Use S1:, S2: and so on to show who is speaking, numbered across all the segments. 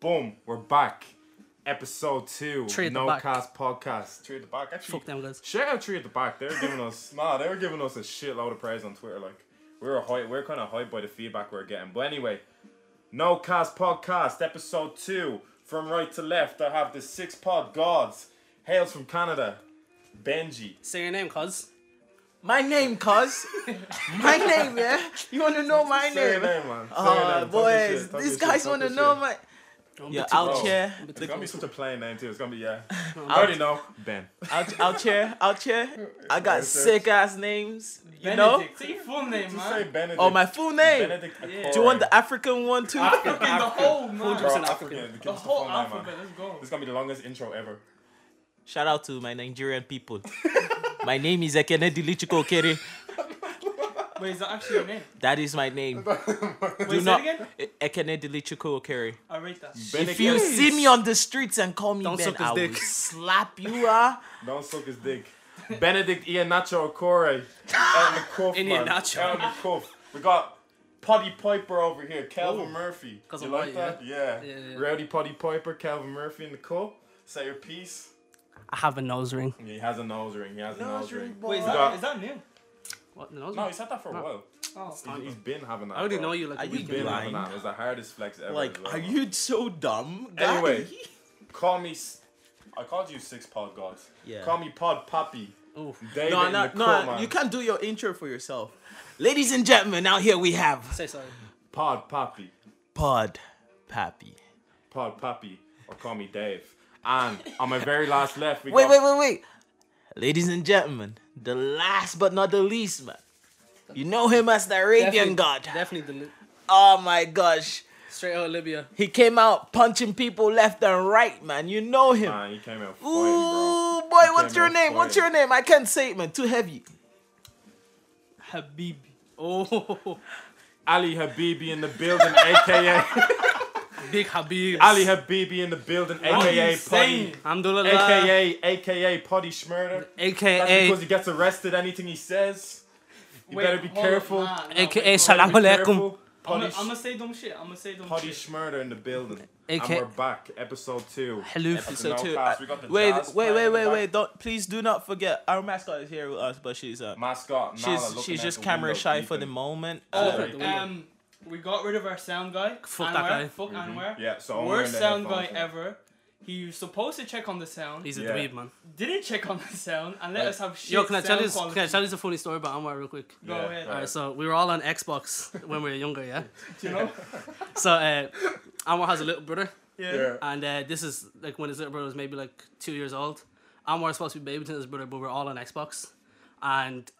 S1: Boom, we're back. Episode two,
S2: Three at the
S1: no
S2: back.
S1: cast podcast. Three at the back. Actually,
S2: Fuck them guys.
S1: shout out three at the back. They were giving us nah, they were giving us a shitload of praise on Twitter. Like we were hype, we are kind of hyped by the feedback we are getting. But anyway, no cast podcast episode two. From right to left, I have the six pod gods. Hails from Canada, Benji.
S2: Say your name, cuz.
S3: My name, cuz. my name, yeah. You wanna know my
S1: Say your
S3: name?
S1: name, man. Say your name.
S3: Oh,
S1: Talk your
S3: boys,
S1: shit, talk
S3: these
S1: your
S3: guys
S1: shit, talk
S3: wanna
S1: your
S3: know
S1: shit.
S3: my.
S2: Don't
S3: Yeah,
S2: be too
S3: out
S1: Oh.
S3: here,
S1: It's gonna be such a plain name too. It's gonna be yeah. I
S3: I'll-
S1: already know Ben.
S3: out, out here, out here. I got
S1: Research.
S3: sick ass names, you know.
S4: Benedict. Say your full name,
S1: Just say
S4: man.
S1: Benedict.
S3: Oh, my full name.
S1: Benedict.
S4: Yeah.
S3: Do you want the African one too?
S2: Ah.
S4: Fucking the whole
S1: Bro,
S2: Bro, African.
S4: man.
S1: African. Give
S4: The
S1: us
S4: whole
S1: full name, man.
S4: alphabet. Let's go.
S1: This is gonna be the longest intro ever.
S3: Shout out to my Nigerian people. my name is Ekene Dilichiko Okere.
S4: Wait, is that actually your name?
S3: That is my name.
S4: Wait,
S3: Do
S4: say
S3: not
S4: it again.
S3: E- Ekene Dilichiko Okere.
S4: I rate that.
S3: If you see me on the streets and call me
S2: Don't
S3: Ben,
S2: suck his
S3: I will
S2: dick.
S3: slap you, ah.
S1: Don't suck his dick. Benedict Ianacho Okore. Out in the cuff, man.
S2: Iheanacho.
S1: Out in the cuff. We got Potty Piper over here. Calvin Murphy.
S2: 'Cause
S1: You
S2: I'm
S1: like
S2: white,
S1: that? Yeah.
S2: Yeah, yeah.
S1: Rowdy Potty Piper, Calvin Murphy in the cup. Say your piece.
S2: I have a nose ring.
S1: Yeah, he has a nose ring. He has a nose ring.
S4: Wait, is
S1: You
S4: that
S1: got-
S4: is that new?
S2: What, the nose
S1: No,
S2: ring?
S1: he's had that for a while.
S4: Oh,
S1: He's- he's been having that.
S2: I already
S1: bro.
S2: know you like
S3: Are
S2: a
S3: you
S2: weekend.
S1: Been having
S3: Blind.
S1: that. It was the hardest flex ever.
S3: Like,
S1: as well,
S3: are
S1: man.
S3: you so dumb?
S1: Anyway.
S3: Daddy?
S1: Call me. s- I called you six pod gods.
S3: Yeah.
S1: Call me pod poppy.
S2: Oof.
S1: David
S3: No,
S1: in
S3: no,
S1: the cup,
S3: no,
S1: man.
S3: you can't do your intro for yourself. Ladies and gentlemen, now here we have
S2: Say sorry.
S1: Pod poppy.
S3: Pod Pappy.
S1: Pod poppy. Or call me Dave. And on my very last left, we
S3: Wait,
S1: got
S3: wait, wait, wait. Ladies and gentlemen, the last but not the least, man. You know him as the Arabian God.
S2: Definitely the
S3: Oh my gosh.
S2: straight out of Libya.
S3: He came out punching people left and right, man. You know him.
S1: Man, you came out fighting, bro.
S3: Ooh, boy,
S1: He
S3: what's
S1: came
S3: your
S1: out
S3: name? What's your
S1: fighting.
S3: name? I can't say it, man. Too heavy.
S2: Habib. Oh,
S1: Ali Habibi in the building, aka
S2: big Habib.
S1: Ali Habibi in the building,
S4: What are you
S1: aka Potty,
S4: saying?
S2: Alhamdulillah. AKA.
S1: aka aka Potty Schmurder. That's because
S2: AKA.
S1: he gets arrested. Anything he says, you
S4: Wait,
S1: better be
S4: hold on.
S1: careful.
S4: Nah, nah,
S2: AKA
S4: wait, wait.
S2: Salam
S1: Be
S2: Alaikum.
S1: careful. Potty
S4: I'm gonna I'm
S1: Sch-
S4: gonna say dumb shit. I'm gonna say dumb
S1: Potty
S4: shit.
S1: Schmurder in the building.
S2: AK
S1: And we're back, episode two.
S2: Hello. Uh,
S1: No
S3: Episode two.
S1: pass.
S3: I-
S1: We got the
S3: wait,
S1: jazz
S3: wait,
S1: playing
S3: wait,
S1: in the
S3: wait,
S1: back.
S3: wait. Don't please do not forget our mascot is here with us, but she's uh,
S1: Mascot. Nala
S3: she's
S1: looking
S3: she's
S1: out
S3: just
S1: the
S3: camera
S1: window,
S3: shy for the
S1: peeping.
S3: moment.
S1: Oh,
S3: Uh,
S1: sorry.
S4: Oh, um, we got rid of our sound guy.
S2: Fuck that
S4: Anwar.
S2: guy.
S4: Fuck Anwar.
S1: Mm-hmm. Yeah, so only when
S4: Worst
S1: the
S4: sound guy
S1: headphones are-
S4: ever. He was supposed to check on the sound.
S2: He's a
S1: Yeah.
S2: dweeb, man.
S4: didn't check on the sound and let
S1: Like-
S4: us have shit.
S2: Yo, can I tell
S4: sound
S2: you? Can I
S4: quality.
S2: tell you a funny story about Anwar real quick?
S4: Go
S1: Yeah,
S4: ahead.
S1: go
S2: All
S1: ahead.
S2: right, so we were all on Xbox when we were younger, yeah.
S4: You know?
S2: So uh, Anwar has a little brother,
S4: Yeah.
S1: Yeah.
S2: and uh, this is like when his little brother was maybe like two years old. Anwar's supposed to be babysitting his brother, but we're all on Xbox, and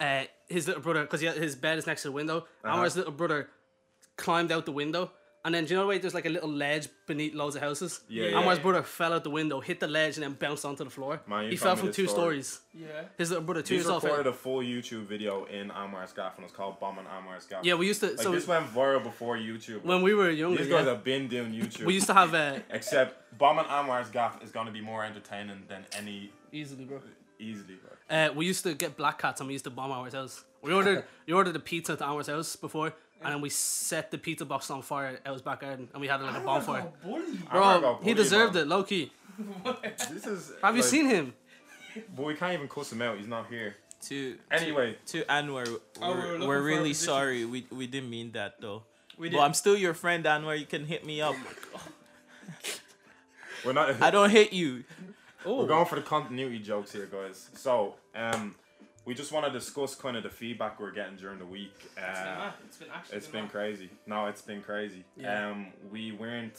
S2: uh, his little brother, because his bed is next to the window,
S1: Uh-huh.
S2: Anwar's little brother climbed out the window. And then, do you know the way there's like a little ledge beneath loads of houses?
S1: Yeah, yeah,
S2: Anwar's
S4: yeah.
S2: brother fell out the window, hit the ledge, and then bounced onto the floor.
S1: Man, you
S2: he
S1: told
S2: fell
S1: me
S2: from
S1: this
S2: two
S1: story.
S2: stories.
S4: Yeah.
S2: His little brother, two
S1: He's
S2: years old. fell-
S1: recorded a full YouTube video in Anwar's Gaff and it's called Bombing Anwar's Gaff.
S2: Yeah, we used to.
S1: like,
S2: so
S1: this went viral before YouTube.
S2: when we were younger,
S1: These
S2: yeah,
S1: guys have been doing YouTube.
S2: we used to have uh,
S1: Except Bombing Anwar's Gaff is going to be more entertaining than any
S2: easily, bro.
S1: easily. bro.
S2: Uh, we used to get black cats and we used to bomb ours house. We ordered we ordered a pizza to Anwar's house before, and then we set the pizza box on fire out his back garden, and we had like a bonfire.
S4: Oh, bully.
S1: Anwar
S2: Bro,
S1: got
S2: he
S1: bullied,
S2: deserved
S1: man.
S2: it, low key.
S1: This is.
S2: Have you seen him?
S1: But we can't even cuss him out. He's not here.
S3: to
S1: Anyway.
S3: to Anwar, we're,
S4: we're
S3: we're,
S4: looking for a
S3: really
S4: position.
S3: sorry. We we didn't mean that though.
S4: We
S3: But I'm still your friend, Anwar. You can hit me
S1: Oh
S3: up.
S1: We're not.
S3: I don't hate you.
S1: We're going for the continuity jokes here, guys. So, um, we just want to discuss kind of the feedback we're getting during the week. Uh,
S4: It's been actually
S1: it's been crazy. No, it's been crazy.
S2: Yeah.
S1: Um, we weren't.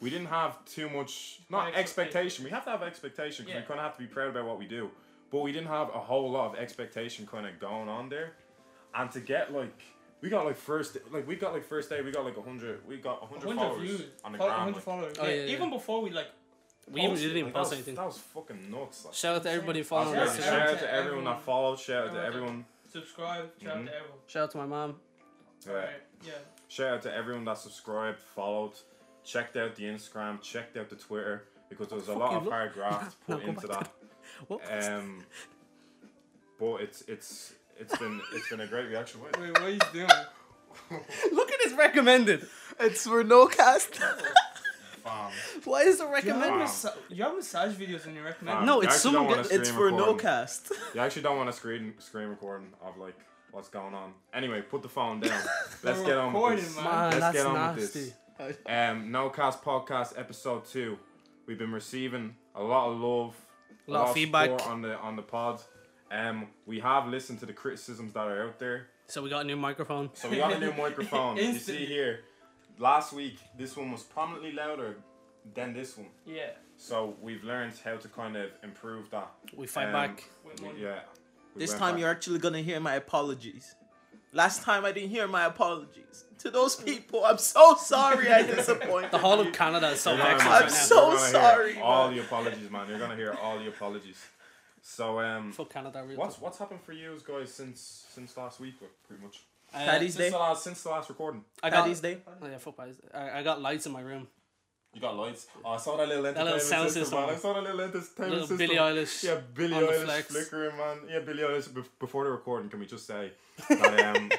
S1: We didn't have too much. Not
S4: Expectation.
S1: expectation. We have to have expectation because
S4: Yeah.
S1: we kind of have to be proud about what we do. But we didn't have a whole lot of expectation kind of going on there, and to get like. We got like first, like we got like first day. We got like hundred. We got hundred
S4: 100
S1: followers
S4: views.
S1: on the
S4: Fol-
S1: gram.
S4: 100
S1: like,
S4: followers.
S2: Oh,
S4: yeah,
S2: yeah, yeah.
S4: Even before we like.
S2: We even, we
S4: posted,
S2: didn't even
S1: like, that
S2: post
S1: was-
S2: anything.
S1: That was fucking nuts. Like.
S2: Shout out to everybody
S1: Shout
S2: following
S4: Yeah,
S2: us.
S4: yeah.
S2: Shout
S1: out to everyone that followed. Shout out to everyone.
S4: Subscribe. Shout
S1: Mm-hmm.
S4: out to everyone.
S2: shout out to my mom.
S1: uh,
S4: Right, Yeah.
S1: Shout out to everyone that subscribed, followed, checked out the Instagram, checked out the Twitter because there was a lot
S2: you
S1: of
S2: look-
S1: hard graft
S2: No,
S1: put
S2: go
S1: into that.
S2: back What? Uh.
S1: Um, but it's it's it's been it's been a great reaction. Wait,
S4: Wait, what are you doing?
S2: Look at his recommended.
S3: It's for no cast. Why is the
S4: You have,
S1: Wow.
S4: massa- you have massage videos in your recommended.
S1: You
S2: No, it's
S1: actually
S2: someone
S1: don't
S2: get-
S1: wanna
S3: It's
S1: screen
S3: for no
S1: recording.
S3: cast.
S1: You actually don't want a screen screen recording of like what's going on. Anyway, put the phone down. Let's
S4: We're
S1: get on with
S4: recording,
S1: this.
S4: man.
S2: Man,
S1: Let's
S2: that's
S1: get on with
S2: nasty.
S1: this. Um, no cast podcast episode two. We've been receiving a lot of love, a
S2: Lot of feedback.
S1: support on the on the pod. Um, we have listened to the criticisms that are out there.
S2: So we got a new microphone.
S1: So we got a new microphone. you see
S4: Instantly.
S1: here, last week this one was prominently louder than this one.
S4: Yeah.
S1: So we've learned how to kind of improve that.
S2: We fight
S1: Um,
S2: back.
S4: With
S1: We-
S4: money.
S1: yeah. we
S3: This
S1: went
S3: time
S1: back.
S3: you're actually gonna hear my apologies. Last time I didn't hear my apologies. To those people, I'm so sorry I disappointed.
S2: The whole of Canada is so
S1: You're gonna-
S2: vexed
S1: man,
S3: I'm
S2: right now.
S3: so-
S1: you're gonna hear
S3: sorry,
S1: All
S3: man.
S1: the apologies, man. You're gonna hear all the apologies. So um,
S2: Fuck Canada, really.
S1: what's what's happened for you guys since since last week, like, pretty much?
S2: Uh,
S3: Paddy's
S1: Since
S3: Day.
S1: the last since the last recording,
S2: I got,
S3: Paddy's Day.
S2: Oh, yeah, fuck Paddy's Day. I, I got lights in my room.
S1: you got lights. Oh, I saw that little entertainment
S2: little sound
S1: system,
S2: system.
S1: man. I saw that little entertainment
S2: Little
S1: system.
S2: Billie Eilish.
S1: Yeah, Billy
S2: on the
S1: Eilish
S2: flex.
S1: flickering, man. Yeah, Billy Eilish. Bef- before the recording, can we just say that um,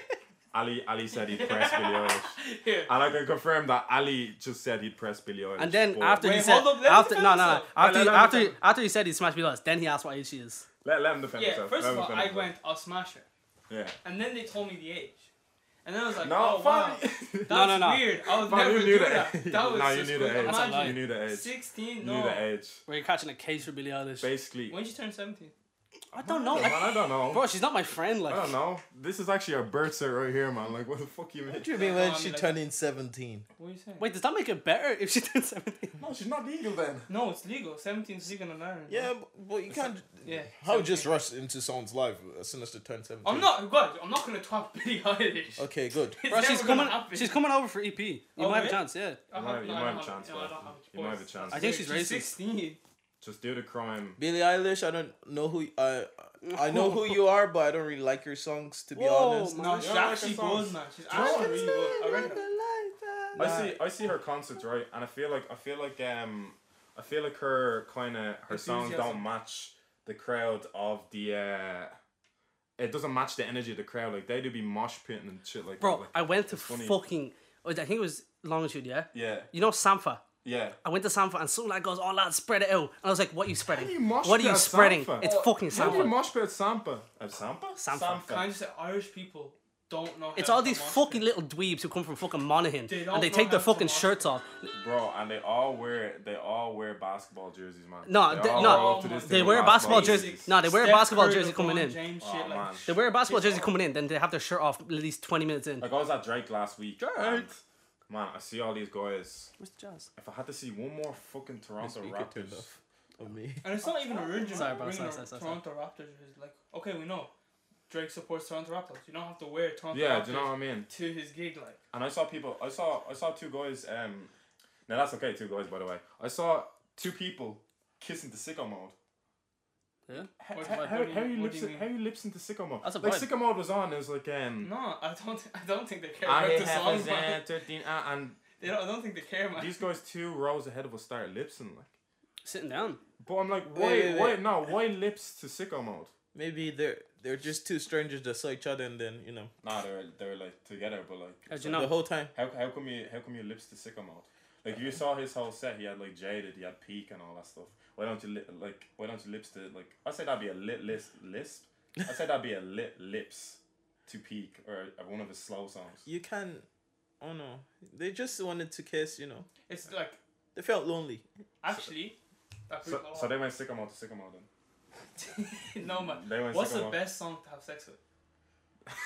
S1: Ali Ali said he'd press Billy Eilish,
S4: Yeah.
S1: and I can confirm that Ali just said he'd press Billy Eilish.
S2: And then
S1: but-
S2: after he
S4: Wait,
S2: said,
S4: hold up, let him
S2: after no
S4: defend
S2: no no,
S4: himself.
S2: after
S1: Let- let him
S2: after
S1: defend-
S2: after he said he smashed me last, then he asked what age she is.
S1: let, let him defend
S4: Yeah,
S1: himself.
S4: first
S1: Let
S4: of
S1: him
S4: all,
S1: defend
S4: I
S1: himself.
S4: went, I'll smash her.
S1: Yeah.
S4: And then they told me the age. And then I was like,
S1: No,
S4: oh, wow.
S1: fuck.
S4: That's
S2: no, no.
S4: weird. I would
S1: Fuck,
S4: never
S1: you knew
S4: do
S1: the
S4: that.
S1: age.
S4: That was
S1: No, you
S4: just
S1: knew the
S4: weird.
S1: age.
S2: That's a lie.
S4: Imagine
S1: You knew the age.
S4: 16?
S1: You knew the
S4: No.
S1: age.
S2: Where you're catching a case for Billie Eilish.
S1: Basically,
S4: When did you turn 17?
S2: I don't know.
S1: man, I don't know.
S2: Bro, she's not my friend. Like,
S1: I don't know. This is actually a birth cert right here, man. Like, what the fuck you mean?
S3: do you mean
S4: when she turned
S3: in 17?
S4: What are you saying?
S2: wait, does that make it better if she did seventeen?
S1: No, she's not legal then.
S4: No, it's legal. 17 is legal in Ireland.
S3: Yeah, but, but you can't.
S4: Yeah.
S3: How
S4: 17.
S3: just rush into someone's life as soon as they turn 17?
S4: I'm not, guys, I'm not going to talk Billie Eilish.
S3: Okay, good.
S4: It's
S2: Bro, she's
S4: never gonna
S2: coming.
S4: happen.
S2: She's coming over for EP. You might
S4: Oh,
S2: have a
S4: really?
S2: chance. Yeah.
S4: I
S1: You might-
S4: have-
S1: you
S4: no, I
S1: might
S4: don't
S1: have a chance,
S4: no, I don't
S1: though.
S4: have a
S1: You might have a
S4: choice.
S1: chance.
S2: I think she's racist.
S4: 16.
S1: Just do the crime.
S3: Billie Eilish, I don't know who. I I know who you are, but I don't really like your songs, to be
S2: Whoa,
S3: honest.
S2: man.
S4: No,
S2: Yeah,
S4: she's
S1: I like
S4: actually
S1: her songs.
S4: good, man. She's
S1: you know what?
S4: actually really good. I reckon.
S1: I see. I see her concerts right, and I feel like I feel like um, I feel like her kind of her songs don't
S4: Enthusiasm.
S1: match the crowd of the. uh It doesn't match the energy of the crowd. Like they do be mosh pitting and shit like that.
S2: Bro,
S1: like-
S2: I went to
S1: funny.
S2: fucking. oh, I think it was longitude. Yeah.
S1: yeah,
S2: You know Sampha.
S1: yeah.
S2: I went to Sampha and some lad goes, "Oh lad, spread it out," and I was like, "What are you spreading?
S1: do you mosh
S2: what are
S1: pit
S2: you
S1: at
S2: spreading?
S1: Sampha?
S2: It's
S1: Oh,
S2: fucking
S1: How do you
S2: Sampha."
S1: mosh pit at Sampa? At Sampa?
S2: Sampa.
S4: Can I just say Irish people don't know?
S2: It's
S4: how
S2: all
S4: to
S2: these
S4: mosh
S2: fucking
S4: pit.
S2: little dweebs who come from fucking Monaghan
S4: They
S2: and
S4: don't
S2: they
S4: know
S2: take their
S4: how to
S2: fucking
S4: mosh.
S2: shirts off.
S1: Bro, and they all wear they all wear basketball jerseys, man.
S2: No,
S1: they
S2: they-
S1: all
S2: no,
S1: roll up to this
S4: they
S2: They
S1: thing
S2: wear
S1: with
S2: a basketball
S4: basketball
S2: jersey.
S4: jerseys.
S2: No, they wear a
S4: Steph
S2: basketball
S4: Curry,
S2: jersey coming
S4: LeBron
S2: in.
S4: James
S1: Oh,
S4: shit, like,
S1: man.
S2: They wear a basketball jersey coming in, then they have their shirt off at least 20 minutes in.
S1: Like I was at Drake last week.
S3: Drake.
S1: and, Man, I see all these guys.
S2: Where's the jazz?
S1: If I had to see one more fucking Toronto Raptors,
S3: Of me.
S4: And it's not even original.
S2: Sorry, bro,
S4: bringing
S2: sorry,
S4: a
S2: sorry, sorry, sorry.
S4: Toronto Raptors is like, okay, we know. Drake supports Toronto Raptors. You don't have to wear Toronto
S1: yeah,
S4: Raptors
S1: do you know what I mean?
S4: to his gig, like.
S1: And I saw people. I saw. I saw two guys. Um, now that's okay. Two guys, by the way. I saw two people kissing to sicko mode.
S2: Yeah?
S1: How,
S4: What-
S1: how,
S4: what-
S1: how,
S4: what do you-
S1: how you
S4: what do
S1: lips?
S4: you mean?
S1: How you lips into sicko mode?
S2: That's a
S1: like
S2: vibe.
S1: sicko mode was on. It was like um.
S4: No, I don't. Th- I don't think they care
S1: I
S4: about the
S1: have
S4: song,
S1: a Zen
S4: man.
S1: 13, uh, and
S4: They don't, I don't think they care, man.
S1: these guys two rows ahead of us started lipsing like.
S2: Sitting down.
S1: But I'm like, why?
S3: Wait, wait,
S1: why
S3: wait.
S1: no? Why lips to sicko mode?
S3: Maybe they're they're just two strangers that saw each other and then you know
S1: Nah, they're they're like together, but like.
S2: How'd you
S3: the
S2: know?
S3: whole time.
S1: How, how come you how come your lips to sicko mode? Like you saw his whole set, he had like jaded, he had peak and all that stuff. Why don't you li- like why don't you lips to like I say that'd be a lit lisp lisp. I say that'd be a lit lips to peak or a- one of his slow songs.
S3: You can, oh no, they just wanted to kiss. You know,
S4: It's like
S3: they felt lonely.
S4: actually. that
S1: So,
S4: group-
S1: so they went sicko mode to sicko mode then.
S4: no man.
S1: They went
S4: What's
S1: sicko
S4: the
S1: mode.
S4: best song to have sex with?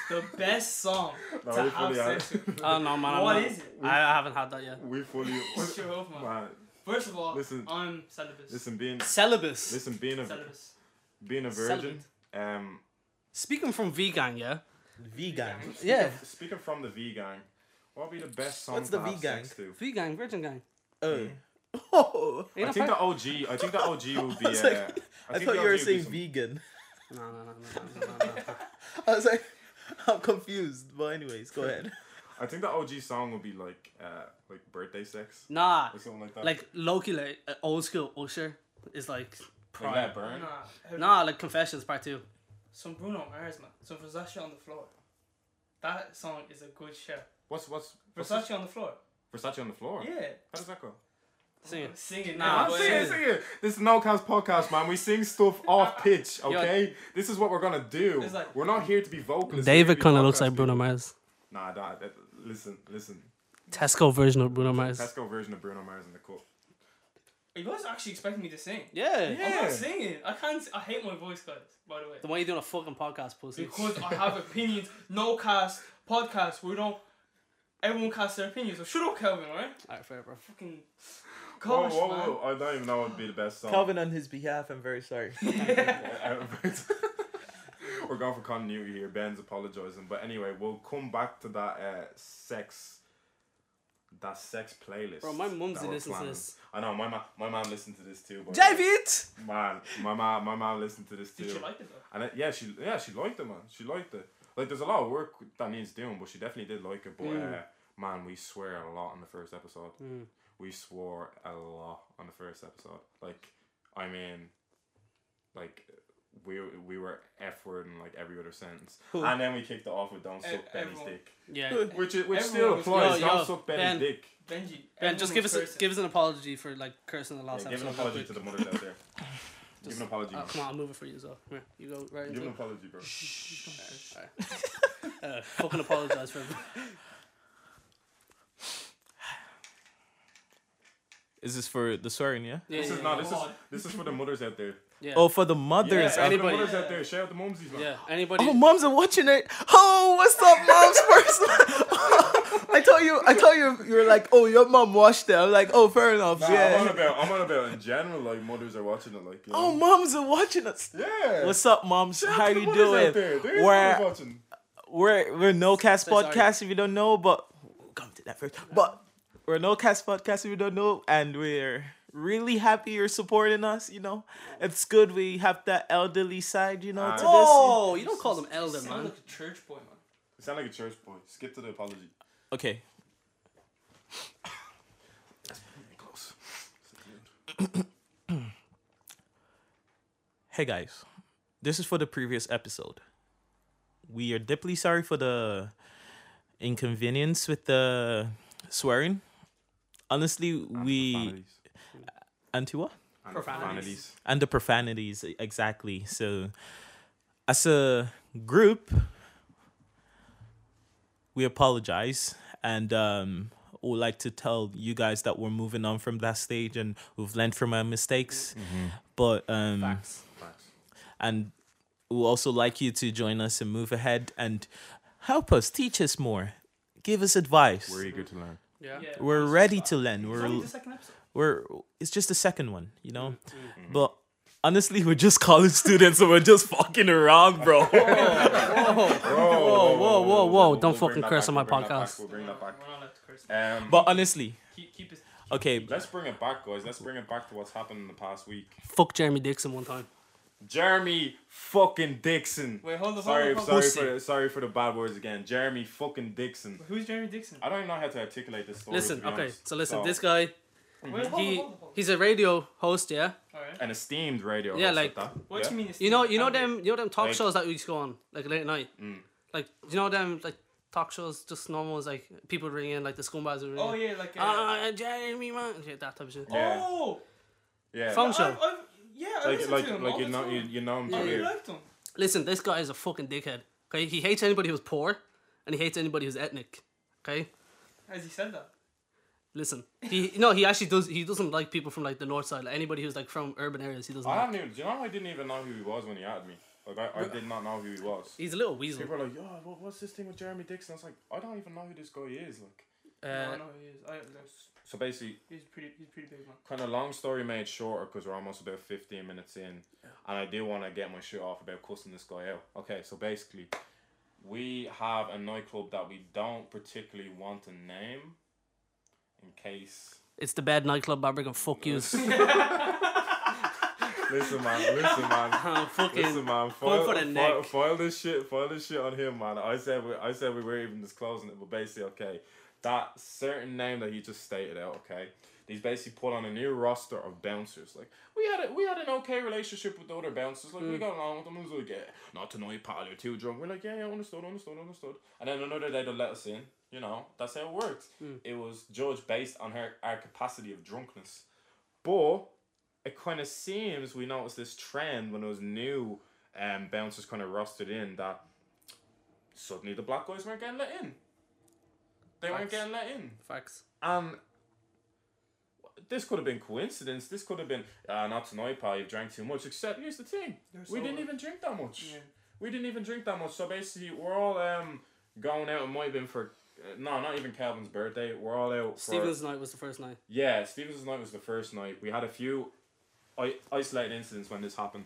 S4: The best song
S1: No,
S4: to
S1: you
S4: have
S1: fully
S4: sex
S1: are.
S4: with.
S2: Oh no, man. I'm
S4: What
S2: not-
S4: is it?
S2: I, I haven't had that yet.
S1: We fully
S4: Shut up, man.
S1: man.
S4: First of all,
S1: Listen.
S4: I'm celibate.
S1: Listen being
S2: Celibus.
S1: listen being a
S4: Celibate.
S1: being a virgin. Um,
S2: Speaking from V Gang, yeah.
S3: Vegan.
S2: Yeah.
S1: speaking from the V gang, what would be the best song
S3: What's
S1: to
S3: the
S1: have
S3: V gang?
S1: sex to?
S2: V Gang, Virgin Gang.
S3: Oh. Oh.
S2: Ain't
S1: I
S2: no
S1: think the
S2: fact-
S1: OG. I think the OG would be.
S3: I was like-
S1: uh,
S3: I,
S1: think the
S3: thought you
S1: OG
S3: were
S1: would be
S3: saying
S1: some-
S3: vegan.
S2: No, no, no, no, no, no, no, no.
S3: I was like, I'm confused. But anyways, go ahead.
S1: I think the OG song would be like uh like birthday sex
S2: Nah.
S1: or something like that.
S2: Like Loki, like uh, old school Usher is like
S1: like
S2: prime.
S1: that burn.
S4: Nah, every-
S2: Nah, like Confessions Part Two.
S4: Some Bruno Mars, man. Some Versace on the floor. That song is a good show.
S1: What's what's what's
S4: Versace on the floor.
S1: this- Versace on the floor?
S4: Yeah.
S1: How does that go? Ah,
S2: Sing it.
S4: Singing
S2: Nah,
S4: now.
S1: I'm
S4: but-
S1: singing, singing. This is No Cows Podcast, man. We sing stuff off pitch, okay? this is what we're gonna do.
S4: It's like-
S1: we're not here to be vocalists. We're here
S2: David
S1: to be
S2: kind of looks like
S1: podcast
S2: Bruno Mars.
S1: people. Nah, nah, that, listen, listen.
S2: Tesco version of Bruno Mars.
S1: Tesco version of Bruno Mars in the cup.
S4: Are you guys actually expecting me to sing?
S2: Yeah.
S4: I'm
S1: Yeah.
S4: not singing. I can't. I hate my voice, guys. By the way.
S2: Then why are you doing a fucking podcast, pussy?
S4: because I have opinions. No cast podcast. We don't. Everyone casts their opinions. So shut up, Kelvin. All right.
S2: Alright, fair, bro.
S4: Fucking.
S1: Whoa,
S4: Gosh,
S1: whoa,
S4: man.
S1: whoa. I don't even know what would be the best song.
S3: Calvin, on his behalf, I'm very sorry.
S1: We're going for continuity here. Ben's apologizing, but anyway, we'll come back to that uh, sex, that sex playlist.
S2: Bro, my mum's
S1: that
S2: gonna
S1: we're
S2: listen to
S1: planning.
S2: this.
S1: I know my mom. My mom listened to this too. But
S3: David!
S1: man, my mom, my mom listened to this too.
S4: Did you like it though?
S1: And it, yeah, she yeah she liked it, man. She liked it. Like there's a lot of work that needs doing, but she definitely did like it. But
S2: Mm.
S1: uh, man, we swear a lot on the first episode. We swore a lot on the first episode. Like, I mean, like we we were f word in like every other sentence,
S3: Who?
S1: and then we kicked it off with "Don't
S4: E-
S1: suck Benny's
S4: everyone.
S1: dick,"
S2: Yeah.
S1: which is, which still
S4: Everyone was-
S1: applies.
S2: Yo,
S1: Don't
S2: yo,
S1: suck Benny's
S2: Ben.
S1: dick.
S4: Benji.
S2: Ben, just
S4: everyone
S2: give
S4: was
S2: us a,
S4: cursing.
S2: give us an apology for like cursing the last
S1: Yeah, give an
S2: episode.
S1: apology
S2: real
S1: to
S2: quick.
S1: the mothers out there. give an apology.
S2: Oh, come on, I'll move it for you as well. Here, you go right
S1: Give
S2: into
S1: an
S2: it.
S1: apology, bro.
S2: Alright. Uh, fucking apologize for
S3: Is this for the swearing, yeah?
S2: yeah,
S1: This
S2: yeah,
S1: is not. This is this is for the mothers out there.
S2: yeah.
S3: Oh, for the mothers.
S1: Yeah,
S3: out-
S1: for the
S2: anybody-
S1: mothers out there. Shout out the mumsies, man.
S2: yeah. Anybody
S3: Oh, moms are watching it. Oh, what's up, moms? First, I told you, I told you, you were like, oh, your mom watched it. I'm like, oh, fair enough.
S1: Nah, I'm on
S3: yeah.
S1: about. I'm on about in general. Like mothers are watching it. Like you
S3: Oh,
S1: know.
S3: moms are watching us.
S1: yeah.
S3: What's up, moms?
S1: Shout out
S3: How
S1: to the
S3: you
S1: mothers out
S3: doing?
S1: there. There is mothers
S3: We're
S1: watching.
S3: we're we're no cast
S2: Say sorry.
S3: podcast if you don't know, but we'll come to that first. But we're no cast podcast if you don't know, and we're really happy you're supporting us. You know, it's good we have that elderly side. You know,
S1: Ah.
S3: to this.
S2: Oh, you don't call them elder,
S4: Sound
S2: man.
S4: like a church boy, man.
S1: You sound like a church boy. Skip to the apology.
S3: Okay.
S1: Close.
S3: Hey guys, this is for the previous episode. We are deeply sorry for the inconvenience with the swearing. Honestly, we and to what?
S2: Profanities.
S3: and the profanities e- exactly. So, as a group, we apologize and um, would like to tell you guys that we're moving on from that stage and we've learned from our mistakes. But um,
S2: Facts.
S1: Facts.
S3: and we'll also like you to join us and move ahead and help us, teach us more, give us advice.
S1: We're
S3: We're,
S1: eager to learn.
S2: Yeah.
S4: Yeah,
S3: ready to learn.
S4: It's only
S3: We're
S4: the second episode.
S3: we're it's just the second one, you know. But honestly, we're just college students, so we're just fucking around, bro.
S1: Whoa,
S2: Whoa.
S1: whoa,
S2: whoa, whoa, whoa,
S1: We'll
S2: don't
S1: bring
S2: fucking
S1: that
S2: curse
S1: back,
S2: on my
S1: we'll bring that back,
S2: podcast.
S1: We'll
S4: We're
S1: bring that
S4: not,
S1: back.
S4: we're not allowed to curse.
S1: Um,
S3: But honestly,
S4: Keep, keep his.
S3: okay,
S1: let's bring it back, guys. Let's bring it back to what's happened in the past week.
S2: Fuck Jeremy Dixon one time.
S1: Jeremy fucking Dixon.
S4: Wait, hold on.
S1: Sorry,
S4: hold on, hold on.
S1: sorry for the, sorry for the bad words again. Jeremy fucking Dixon.
S4: Who's Jeremy Dixon?
S1: I don't even know how to articulate this story.
S2: Listen,
S1: to be
S2: okay,
S1: honest.
S2: so listen, this guy,
S4: Wait, hold on,
S2: he
S4: hold on, hold
S2: he's a radio host, yeah.
S4: on. All right.
S1: an esteemed radio.
S2: Yeah,
S1: host
S2: like-
S1: that. yeah?
S4: What do you mean? it's
S2: You know,
S4: Steve
S2: you know
S4: Harvey?
S2: them, you know them talk
S1: Like- Mm.
S2: shows that we used to go on like late at night. Like you know them like talk shows, just normal as like people ring in, like the scumbags would ring.
S4: Oh
S2: in.
S4: yeah, like. Uh,
S2: Ah, Jeremy man, yeah, that type of shit.
S1: Yeah.
S4: Oh.
S1: Yeah.
S2: Phone
S4: I've,
S2: show.
S4: I've, yeah, I
S1: like
S4: listened
S1: like
S4: to him
S1: like
S4: all
S1: you
S4: the
S1: know
S4: time.
S1: you, you know him
S4: I
S1: from
S4: really
S1: here.
S4: liked him.
S2: Listen, this guy is a fucking dickhead. Okay, he hates anybody who's poor, and he hates anybody who's ethnic. Okay,
S4: As he said that.
S2: listen, he no, he actually does. He doesn't like people from like the north side. Like anybody who's like from urban areas, he doesn't.
S1: I
S2: Like.
S1: haven't even. Do you know I didn't even know who he was when he added me? Like I, I did not know who he was.
S2: He's a little weasel.
S1: People are like, yo, what, what's this thing with Jeremy Dixon? I was like, I don't even know who this guy is. Like,
S4: no, I
S2: Uh,
S4: know he is. I, that's,
S1: so basically,
S4: he's pretty. He's pretty big man.
S1: kind of long story made shorter because we're almost about 15 minutes in and i do want to get my shit off about cussing this guy out okay so basically we have a nightclub that we don't particularly want to name in case
S2: it's the bad nightclub Barbican. Fuck yous.
S1: listen man listen man
S2: Oh,
S1: Listen,
S2: fucking.
S1: man. File,
S2: for the
S1: file,
S2: neck.
S1: file this shit. File this shit on him, man. I said we, I said we weren't even disclosing it, but basically, okay, that certain name that he just stated out, okay, he's basically put on a new roster of bouncers. Like we had a, we had an okay relationship with the other bouncers.
S2: Mm.
S1: Like we got along with them. It was like, yeah, not tonight, pal. You're too drunk. We're like, yeah, yeah, understood, understood, understood. And then another day they let us
S2: Mm.
S1: in. You know, that's how it works. It was judged based on her our capacity of drunkenness. But it kind of seems we noticed this trend when those new um, bouncers kind of rusted in that suddenly the black guys weren't getting let in. They weren't
S2: Facts.
S1: getting let in.
S2: Facts.
S1: And this could have been coincidence. This could have been, ah, not tonight, pal, you've drank too much. Except here's the thing
S4: They're
S1: we didn't
S4: sober.
S1: even drink that much.
S4: Yeah.
S1: We didn't even drink that much. So basically, we're all um, going out. It might have been for, uh, no, not even Calvin's birthday. We're all out. For,
S2: Stevens night was the first night.
S1: yeah, Stevenson's night was the first night. We had a few I- isolated incidents when this happened.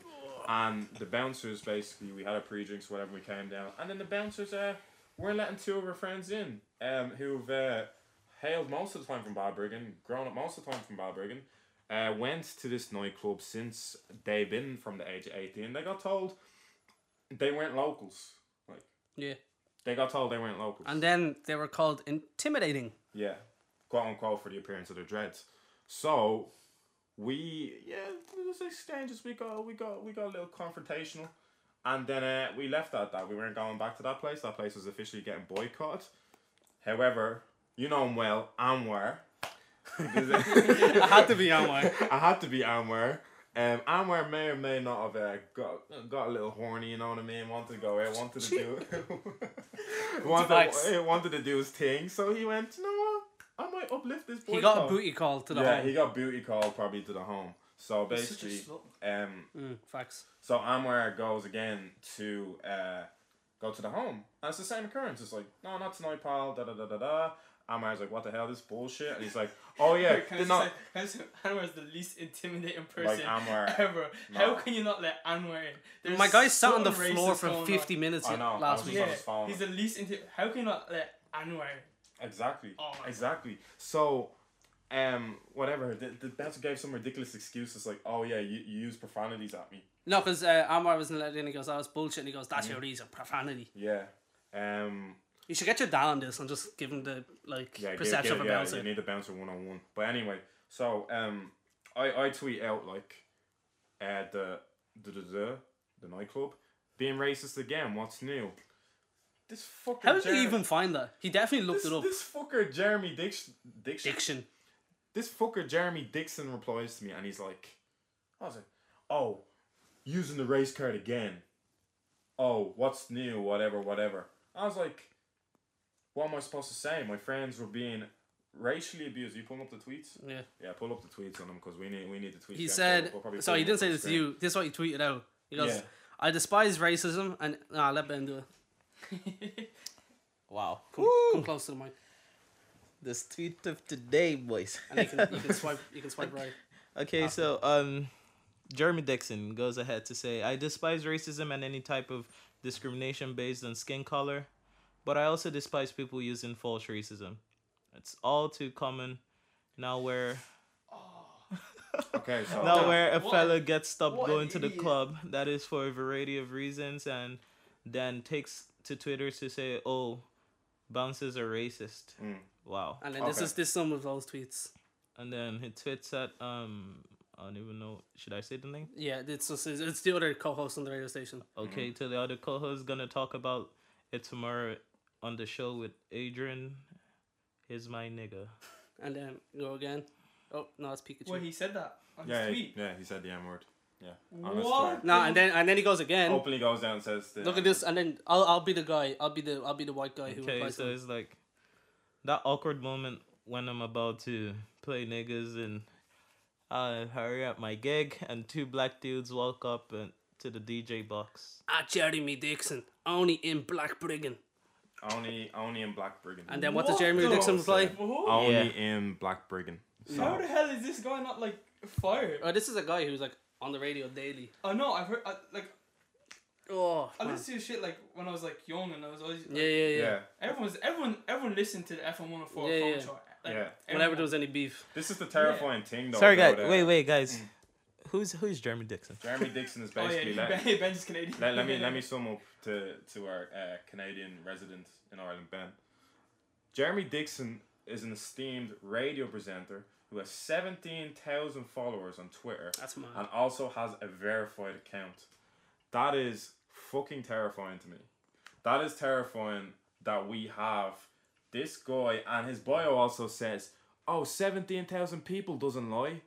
S1: And the bouncers basically, we had a pre drinks, whatever, we came down. And then the bouncers uh, were letting two of our friends in um, who've uh, hailed most of the time from Balbriggan, grown up most of the time from Balbriggan, uh, went to this nightclub since they've been from the age of 18. They got told they weren't locals. Like,
S2: Yeah.
S1: they got told they weren't locals.
S2: And then they were called intimidating.
S1: Yeah, quote unquote for the appearance of the dreads. So we yeah, those exchanges we got we got we got a little confrontational, and then uh, we left at that. We weren't going back to that place. That place was officially getting boycotted. However, you know him well, Anwar.
S2: I had to be on one.
S1: I had to be Anwar. Um, Anwar may or may not have uh, got got a little horny, you know what I mean? Wanted to go out, wanted to do
S2: Facts.
S1: wanted, wanted to do his thing, so he went, you know what? I might uplift this boy.
S2: He got a booty call to the
S1: Yeah,
S2: home.
S1: he got booty called probably to the home. So
S4: He's such a
S1: basically,
S4: slut.
S1: um,
S2: Mm, facts.
S1: so Anwar goes again to uh, go to the home, and it's the same occurrence. It's like, no, not tonight, pal. Da da da da da. Anwar's like, what the hell, this bullshit? And he's like, oh yeah,
S4: Wait, can I
S1: did
S4: just
S1: not.
S4: say, can I just say, Anwar is the least intimidating
S1: Like
S4: person
S1: Anwar,
S4: ever.
S1: No.
S4: How can you not let Anwar in? There's
S2: My guy sat on the
S4: something
S2: floor
S4: racist
S2: for
S4: going
S2: 50
S4: on.
S2: minutes
S1: I know, I
S2: last
S1: was just-
S2: week.
S1: on
S4: Yeah,
S1: his phone.
S4: he's the least inti- How can you not let Anwar in?
S1: exactly,
S4: Oh my God.
S1: exactly. So, um, whatever. The, the bouncer gave some ridiculous excuse. It's like, oh yeah, you, you use profanities at me.
S2: No, because uh, Amar wasn't let in. He goes, that was bullshit. And he goes,
S1: Mm-hmm.
S2: that's your reason. Profanity.
S1: Yeah. Um.
S2: You should get your dad on this and just give him the like
S1: yeah,
S2: perception
S1: get,
S2: of
S1: get,
S2: a
S1: yeah,
S2: bouncer.
S1: You need a bouncer one on one. But anyway, so um, I, I tweet out like, uh, the the the the, the nightclub being racist again. What's new? This fucker.
S2: How did you
S1: Jer-
S2: even find that? He definitely looked
S1: This,
S2: it up.
S1: this fucker Jeremy Dix, Dixon.
S2: Diction.
S1: This fucker Jeremy Dixon replies to me, and he's like, I was like, oh, using the race card again. Oh, what's new? Whatever, whatever. I was like, what am I supposed to say? My friends were being racially abused. You pulling up the tweets?
S2: Yeah.
S1: Yeah, pull up the tweets on them because we need we need the tweets.
S2: He
S1: Yeah,
S2: said,
S1: we'll probably
S2: so
S1: pull
S2: he
S1: them
S2: didn't
S1: up
S2: say
S1: on
S2: this to
S1: screen.
S2: you. This is what he tweeted out. He goes,
S1: Yeah.
S2: I despise racism and. Nah, let Ben do it.
S3: Wow.
S2: Come, come close to the mic.
S3: This tweet of today, boys.
S2: And you can, you can swipe you can swipe right.
S3: Okay, so um, Jeremy Dixon goes ahead to say, "I despise racism and any type of discrimination based on skin color, but I also despise people using false racism. It's all too common now where
S1: Okay, so
S3: now where a
S4: What?
S3: fella gets stopped
S4: What an
S3: going to the
S4: idiot.
S3: club. That is for a variety of reasons, and then takes to Twitter to say, "Oh, bouncers are racist."
S4: Hmm.
S1: Mm.
S3: Wow.
S2: And then this
S1: Okay.
S2: is this some of those tweets.
S3: And then he tweets at um, I don't even know. Should I say the name?
S2: Yeah, it's just, it's the other co-host on the radio station.
S4: Hmm.
S3: Okay, to the other co-host, gonna talk about it tomorrow on the show with Adrian. Is my nigga.
S2: And then go again. Oh no, it's Pikachu.
S4: Well, he said that on
S1: yeah,
S4: his
S1: he-
S4: tweet.
S1: yeah, he said the M word. Yeah. on his
S4: What?
S1: Twitter.
S2: no, and then and then he goes again.
S1: Openly goes down and says. The
S2: Look at this, and then I'll I'll be the guy. I'll be the I'll be the white guy who
S3: Okay,
S2: replies.
S3: so
S2: to him.
S3: it's like that awkward moment when I'm about to play niggas and I hurry up my gig and two black dudes walk up and to the DJ box.
S2: At Jeremy Ah, Dixon, only in Black Brigand.
S1: Only, only in Black Brigand.
S2: And then what, does Jeremy
S4: What the-
S2: Dixon reply?
S4: Whoa.
S1: Only
S3: Yeah.
S1: in Black Brigand. So,
S4: How the hell is this guy not like fired?
S2: Oh, this is a guy who's like on the radio daily.
S4: I know. I've heard. I, like
S2: Oh,
S4: I
S2: man.
S4: listened to his shit like when I was like young and I was always. Like,
S2: yeah, yeah, yeah.
S1: yeah.
S4: Everyone's everyone everyone listened to the FM 104
S2: Yeah,
S4: yeah,
S2: yeah.
S4: culture. Like,
S1: Yeah.
S2: Whenever
S4: everyone.
S2: there was any beef,
S1: This is the terrifying thing, though.
S3: Sorry,
S1: about,
S3: guys.
S1: uh,
S3: Wait, wait, guys. Who's who's Jeremy Dixon?
S1: Jeremy Dixon is
S4: Oh
S1: basically.
S4: yeah,
S1: let,
S4: ben, Ben's Canadian.
S1: let, let me let me sum up to to our uh, Canadian resident in Ireland, Ben. Jeremy Dixon is an esteemed radio presenter who has seventeen thousand followers on Twitter
S2: that's mine.
S1: and also has a verified account. That is fucking terrifying to me. That is terrifying that we have this guy and his bio also says, "Oh, 17,000 people doesn't lie."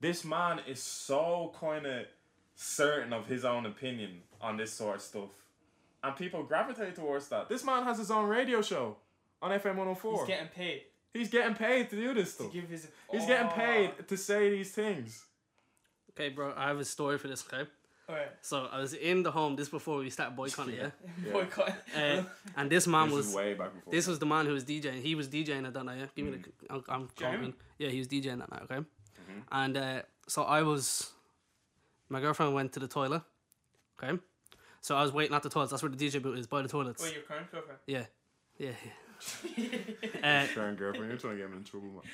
S1: this man is so kind of certain of his own opinion on this sort of stuff, and people gravitate towards that. This man has his own radio show on FM one hundred four.
S4: He's getting paid
S1: He's getting paid to do this
S4: to
S1: stuff.
S4: give his.
S1: He's getting
S4: Oh.
S1: paid to say these things.
S2: Okay, bro, I have a story for this, okay?
S4: Alright,
S2: So I was in the home, this before we started boycotting, yeah?
S4: boycott.
S2: Uh, and this man
S1: This
S2: was.
S1: is way back before.
S2: This was the man who was DJing. He was DJing at that night. Yeah? Give
S1: Mm.
S2: me the. I'm, I'm
S4: Jeremy?
S2: calling. Yeah, he was DJing that night. Okay.
S1: Mm-hmm.
S2: And uh, so I was. My girlfriend went to the toilet. Okay. So I was waiting at the toilets. That's where the DJ booth is by the toilets.
S4: Wait, your current girlfriend?
S2: Yeah. Yeah. yeah.
S1: Sharon girlfriend, you're trying to get him in trouble,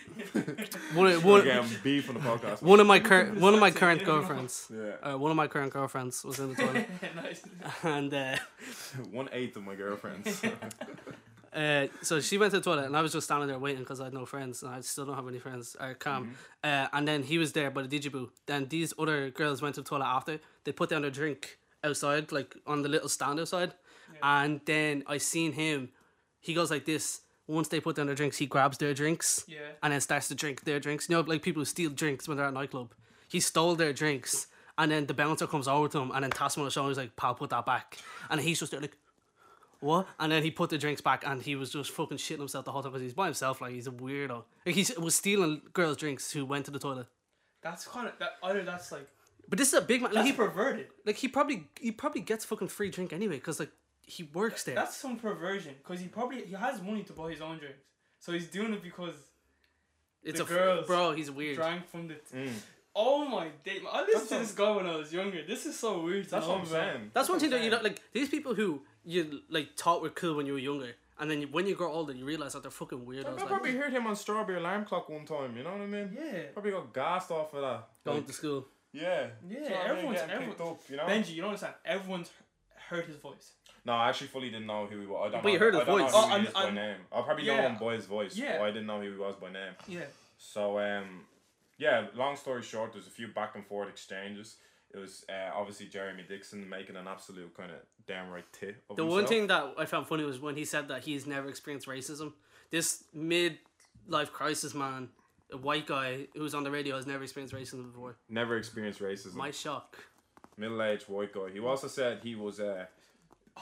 S1: man.
S2: uh, one, of-
S1: You're
S2: one,
S1: getting beef on the podcast.
S2: one of my current one of my current girlfriends.
S1: yeah,
S2: Uh, one of my current girlfriends was in the toilet,
S4: nice.
S2: and uh,
S1: one eighth of my girlfriends.
S2: uh, so she went to the toilet, and I was just standing there waiting because I had no friends, and I still don't have any friends. I calm. Uh, and then he was there by the DJ booth. Then these other girls went to the toilet after. They put down their drink outside, like on the little stand outside. And then I seen him. He goes like this. Once they put down their drinks, he grabs their drinks
S4: Yeah.
S2: and then starts to drink their drinks. You know, like people who steal drinks when they're at a nightclub. He stole their drinks, and then the bouncer comes over to him and then taps him on the shoulder. He's like, "Pal, put that back," and he's just there like. What? And then he put the drinks back, and he was just fucking shitting himself the whole time because he's by himself, like he's a weirdo. Like he was stealing girls' drinks who went to the toilet.
S4: That's kind of that other. That's like
S2: But this is a big man. Like
S4: that's
S2: he,
S4: perverted.
S2: like he probably he probably gets fucking free drink anyway because like he works there.
S4: That's some perversion because he probably he has money to buy his own drinks, so he's doing it because
S2: it's
S4: the
S2: a
S4: girls
S2: bro. He's weird.
S4: drank from the.
S1: Mm.
S4: Oh my day! I listened
S1: That's
S4: to
S1: some-
S4: this guy when I was younger. This is so weird. to
S1: That's what
S4: know
S1: I'm
S4: about.
S1: saying.
S2: That's one thing that you don't like. These people who you like thought were cool when you were younger, and then you, when you grow older, you realize that they're fucking weirdos.
S1: I
S2: Like,
S1: probably heard him on Strawberry Alarm Clock one time. You know what I mean?
S4: Yeah.
S1: Probably got gassed off of that.
S2: going to school.
S1: Yeah.
S4: Yeah,
S1: So, I mean,
S4: everyone's-
S1: getting picked
S4: everyone-
S1: up, you know?
S4: Benji, you don't understand. Everyone's heard his voice.
S1: No, I actually fully didn't know who he was. I don't
S2: But
S1: know.
S2: you heard
S1: I
S2: his
S1: don't
S2: voice.
S1: Know
S4: Oh,
S1: who he
S4: I'm-
S1: is by
S4: I'm-
S1: name. I probably know
S4: Yeah.
S1: him by his voice.
S4: Yeah.
S1: But I didn't know who he was by name.
S4: Yeah.
S1: So um, yeah. Long story short, there's a few back and forth exchanges. It was uh, obviously Jeremy Dixon making an absolute kind of downright tit of
S2: The one
S1: himself.
S2: thing that I found funny was when he said that he's never experienced racism. This mid-life crisis man, a white guy who's on the radio, has never experienced racism before.
S1: never experienced racism.
S2: My shock.
S1: middle-aged white guy. He also said he was uh,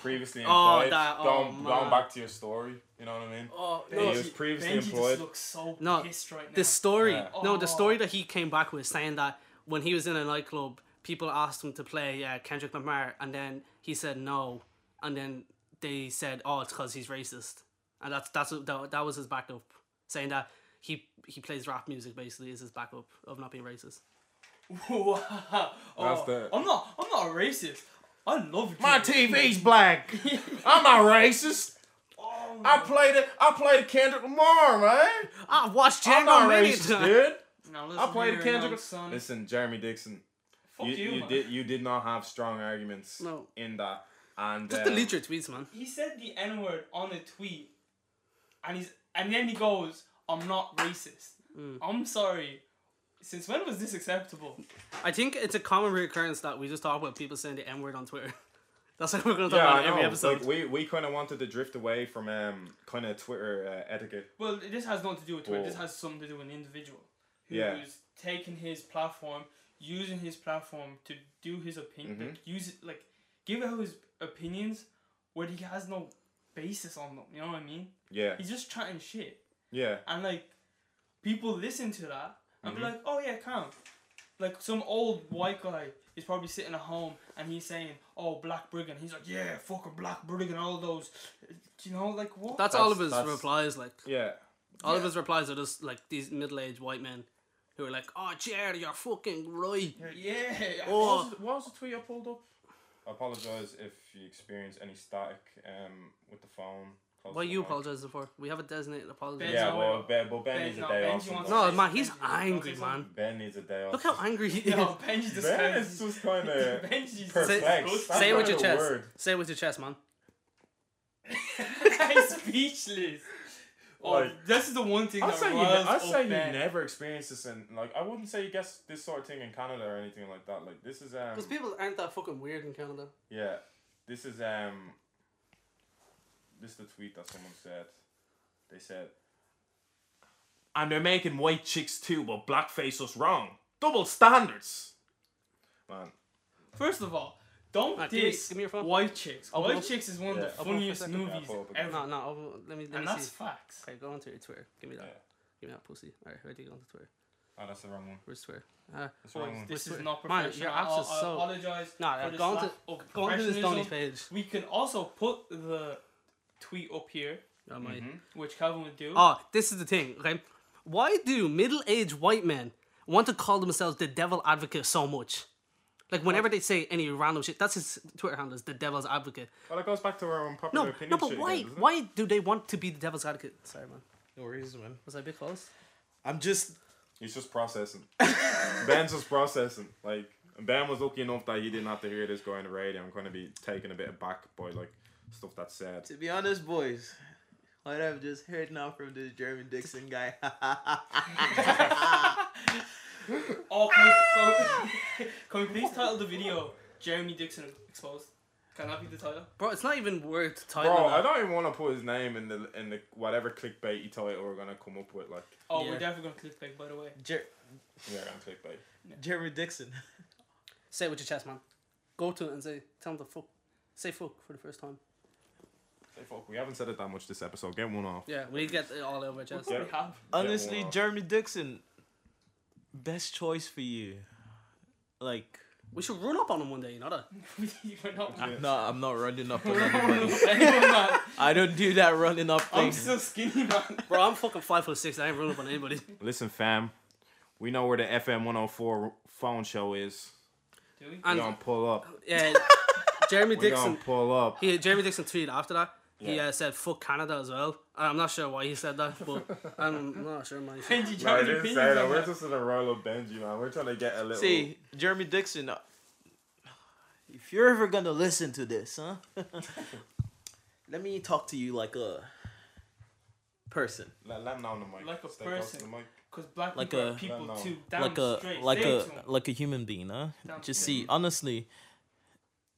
S1: previously
S2: Oh,
S1: employed.
S2: that- oh,
S1: going, going
S2: man.
S1: back to your story, you know what I mean?
S2: Oh
S1: He
S2: no!
S1: was previously
S4: Benji
S1: employed.
S4: just looks so
S2: No,
S4: pissed right now.
S2: The story,
S1: Yeah.
S2: no, the
S4: Oh.
S2: story that he came back with, saying that when he was in a nightclub, people asked him to play uh, Kendrick Lamar, and then he said no, and then they said, "Oh, it's because he's racist," and that's that's that, that was his backup, saying that he he plays rap music basically is his backup of not being racist.
S4: wow. Oh,
S1: the-
S4: I'm not. I'm not a racist. I love
S1: My
S4: Kendrick.
S1: TV's black. I'm not racist.
S4: Oh
S1: I
S4: my.
S1: played it. I played Kendrick Lamar, man.
S2: I watched
S1: I'm
S2: Ah, Django
S1: not
S2: many
S1: racist,
S2: times.
S1: dude.
S4: Now
S1: I
S4: listen
S1: played
S4: here,
S1: Kendrick.
S4: young son.
S1: Listen, Jeremy Dixon.
S4: Fuck
S1: you,
S4: you,
S1: you
S4: man.
S1: did. You did not have strong arguments.
S2: No.
S1: In that, and
S2: Just
S1: um,
S2: delete your tweets, man.
S4: He said the N word on a tweet, and he's and then he goes, "I'm not racist. I'm sorry." Since when was this acceptable?
S2: I think it's a common recurrence that we just talk about people saying the N word on Twitter. That's like we're gonna talk
S1: Yeah,
S2: about
S1: I
S2: in every
S1: know.
S2: episode.
S1: Like, we we kind of wanted to drift away from um kind of Twitter uh, etiquette.
S4: Well, this has nothing to do with Twitter. This
S1: Whoa.
S4: has something to do with an individual who's
S1: Yeah.
S4: taking his platform, using his platform to do his opinion,
S1: Mm-hmm.
S4: like, use it, like give out his opinions where he has no basis on them. You know what I mean?
S1: Yeah.
S4: He's just chatting shit,
S1: Yeah.
S4: and like people listen to that and
S1: Mm-hmm.
S4: be like, "Oh yeah, calm." Like some old white guy is probably sitting at home and he's saying, "Oh, black brigand." He's like, "Yeah, fucking black brigand." All those, you know, like what?
S2: that's, all of
S1: That's-
S2: his
S1: that's-
S2: replies, like.
S1: Yeah.
S2: All of
S4: Yeah.
S2: his replies are just like these middle aged white men who are like, Oh Jared, you're fucking right.
S4: yeah.
S2: Oh.
S1: What was, the, what was the tweet I pulled up? I apologize if you experience any static um, with the phone. Close
S2: What
S1: to
S2: are
S1: the
S2: you
S1: mic.
S2: apologizing for? We have a designated apology.
S4: Ben's
S1: Yeah,
S4: not
S1: well,
S4: well.
S1: ben, but Ben needs a
S4: no,
S1: day
S4: Benji
S1: off.
S4: wants-
S1: sometimes.
S2: No man, he's
S4: Benji,
S2: angry,
S4: don't say
S2: man.
S1: Ben needs a day off.
S2: Look how angry he is.
S4: No, Benji's just
S1: Ben is just kind of
S4: Benji's
S1: perplexed.
S4: disgusting.
S2: Say it
S1: not
S2: with your
S1: a
S2: chest.
S1: word.
S2: Say it with your chest, man.
S4: I'm speechless. Oh,
S1: Like-
S4: this is the one thing
S1: I
S4: that
S1: say you,
S4: riles
S1: I
S4: up
S1: say you
S4: Ben.
S1: never experienced this in like I wouldn't say you guess this sort of thing in Canada or anything like that. Like this is um
S2: Because people aren't that fucking weird in Canada.
S1: yeah, this is um this is the tweet that someone said. They said, and they're making white chicks too, but blackface us wrong. Double standards. Man,
S4: First of all, don't
S2: Alright, give me-
S4: diss
S2: give me your phone.
S4: White Chicks.
S2: Open
S4: White
S2: up.
S4: Chicks is one
S1: Yeah,
S4: of the
S1: open
S2: up for a
S4: funniest
S2: second.
S4: movies
S1: Yeah, open up again.
S4: ever.
S2: No, no. I'll- Let me. Let
S4: and
S2: me
S4: that's
S2: see.
S4: facts.
S2: Okay, go onto your Twitter. Give me that.
S1: Yeah.
S2: Give me that pussy. All right, where do you go onto Twitter?
S1: oh, that's the wrong one.
S2: Where's Twitter? Uh,
S1: That's the wrong one.
S4: This
S2: Wait,
S4: is not
S2: man, your
S4: professional. I,
S2: axe is
S4: I
S2: so-
S4: apologize.
S2: nah,
S4: for the
S2: go onto
S4: slack of
S2: go onto this Donny's page.
S4: professionalism. We can also put the tweet up here,
S2: Oh, my.
S1: Mm-hmm.
S4: which Calvin would do.
S2: Oh, this is the thing. Okay, why do middle-aged white men want to call themselves the devil advocate so much? Like whenever they say any random shit, that's his Twitter handle is the devil's advocate.
S1: Well, it goes back to our
S2: No,
S1: unpopular opinion.
S2: no, but
S1: shit
S2: why?
S1: again, doesn't it?
S2: why do they want to be the devil's advocate? Sorry, man.
S3: No worries, man.
S2: Was I a bit close?
S3: I'm just
S1: He's just processing. Ben's just processing. Like Ben was lucky enough that he didn't have to hear this going on the radio. I'm going to be taken a bit aback by like stuff that's said.
S3: to be honest, boys. What I've just heard now from this German Dixon guy.
S4: Oh, can
S1: Ah!
S4: we, can, we, can we please title the video Jeremy Dixon Exposed? Can that be the title?
S2: Bro, it's not even worth titling
S1: Bro,
S2: that.
S1: I don't even want to put his name in the in the whatever clickbaity title we're gonna come up with. Like,
S4: Oh,
S2: Yeah.
S4: we're definitely going to clickbait, by the way.
S3: Jer-
S1: yeah, we're gonna clickbait.
S3: Jeremy Dixon.
S2: Say it with your chest, man. Go to it and say, tell them to fuck. Say fuck for the first time.
S1: Say fuck, we haven't said it that much this episode. Get one off.
S2: Yeah, we need to get it all over our chest.
S1: Yeah.
S4: We have.
S3: Honestly,
S1: wow.
S3: Jeremy Dixon, best choice for you. Like,
S2: We should run up on them one day, you know that?
S4: we're not.
S1: Yeah.
S3: no, I'm not running up on
S4: We're not
S3: anybody.
S4: running with anyone, man.
S3: I don't do that running up thing.
S4: I'm so skinny, man.
S2: Bro, I'm fucking five foot six. I ain't running up on anybody.
S1: Listen, fam, we know where the FM 104 phone show is.
S4: Do we?
S1: We
S2: And-
S1: gonna pull up.
S2: Yeah, Jeremy
S1: We gonna
S2: Dixon.
S1: pull up.
S2: He, Jeremy Dixon tweeted after that. He
S1: Yeah.
S2: uh, said "fuck Canada" as well. I'm not sure why he said that, but I'm not sure, man.
S4: Benji,
S1: No, I didn't say
S4: Jeremy opinions
S1: that.
S4: on
S1: We're
S4: that.
S1: just in a roll of Benji, man. We're trying to get a little.
S3: See, Jeremy Dixon, uh, if you're ever gonna listen to this, huh? Let me talk to you like a person.
S1: Let, let him down the mic.
S4: Like a
S1: Stay close to
S4: person.
S1: the mic.
S4: Because black
S3: Like
S4: people
S3: a-
S4: are people
S1: No, no.
S4: too. Damn
S3: like a
S4: straight.
S3: like
S4: Say it
S3: a
S4: to 'em.
S3: like a human being, huh?
S4: Damn
S3: Just
S4: straight.
S3: see, honestly,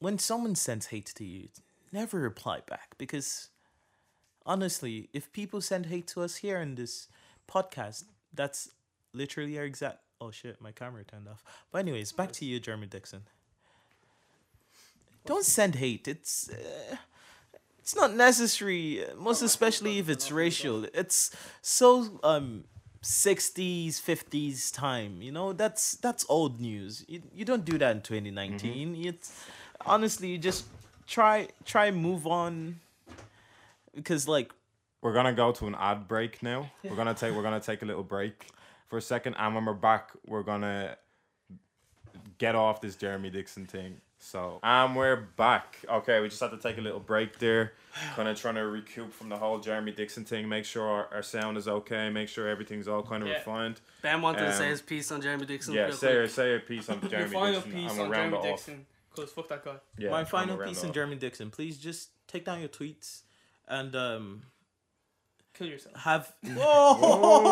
S3: when someone sends hate to you, never reply back because honestly, if people send hate to us here in this podcast, that's literally our exact. Oh shit, my camera turned off. But anyways, back to you, Jeremy Dixon. Don't send hate. It's uh, it's not necessary, uh, most especially if it's racial. It's so um 60s 50s time you know that's that's old news you, you don't do that in 2019
S1: Mm-hmm.
S3: it's honestly you just try try move on because like
S1: We're gonna go to an ad break now. We're gonna take we're gonna take a little break for a second, and when we're back, we're gonna get off this Jeremy Dixon thing. So and we're back. Okay, we just had to take a little break there. Kind of trying to recoup from the whole Jeremy Dixon thing. Make sure our, our sound is okay. Make sure everything's all kind of
S4: Yeah.
S1: refined.
S2: Ben wanted to
S1: Um,
S2: say his piece on Jeremy Dixon.
S1: Yeah,
S2: real
S1: say
S2: quick.
S1: your say your piece on
S4: Your
S1: Jeremy
S4: final
S1: Dixon.
S4: piece
S1: I'm gonna
S4: on
S1: round
S4: Jeremy
S1: it off.
S4: Dixon. Because fuck that guy.
S1: Yeah,
S3: my
S1: I'm
S3: final
S1: gonna round
S3: piece
S1: it
S3: on
S1: off.
S3: Jeremy Dixon please just take down your tweets and um
S4: Kill yourself.
S3: have whoa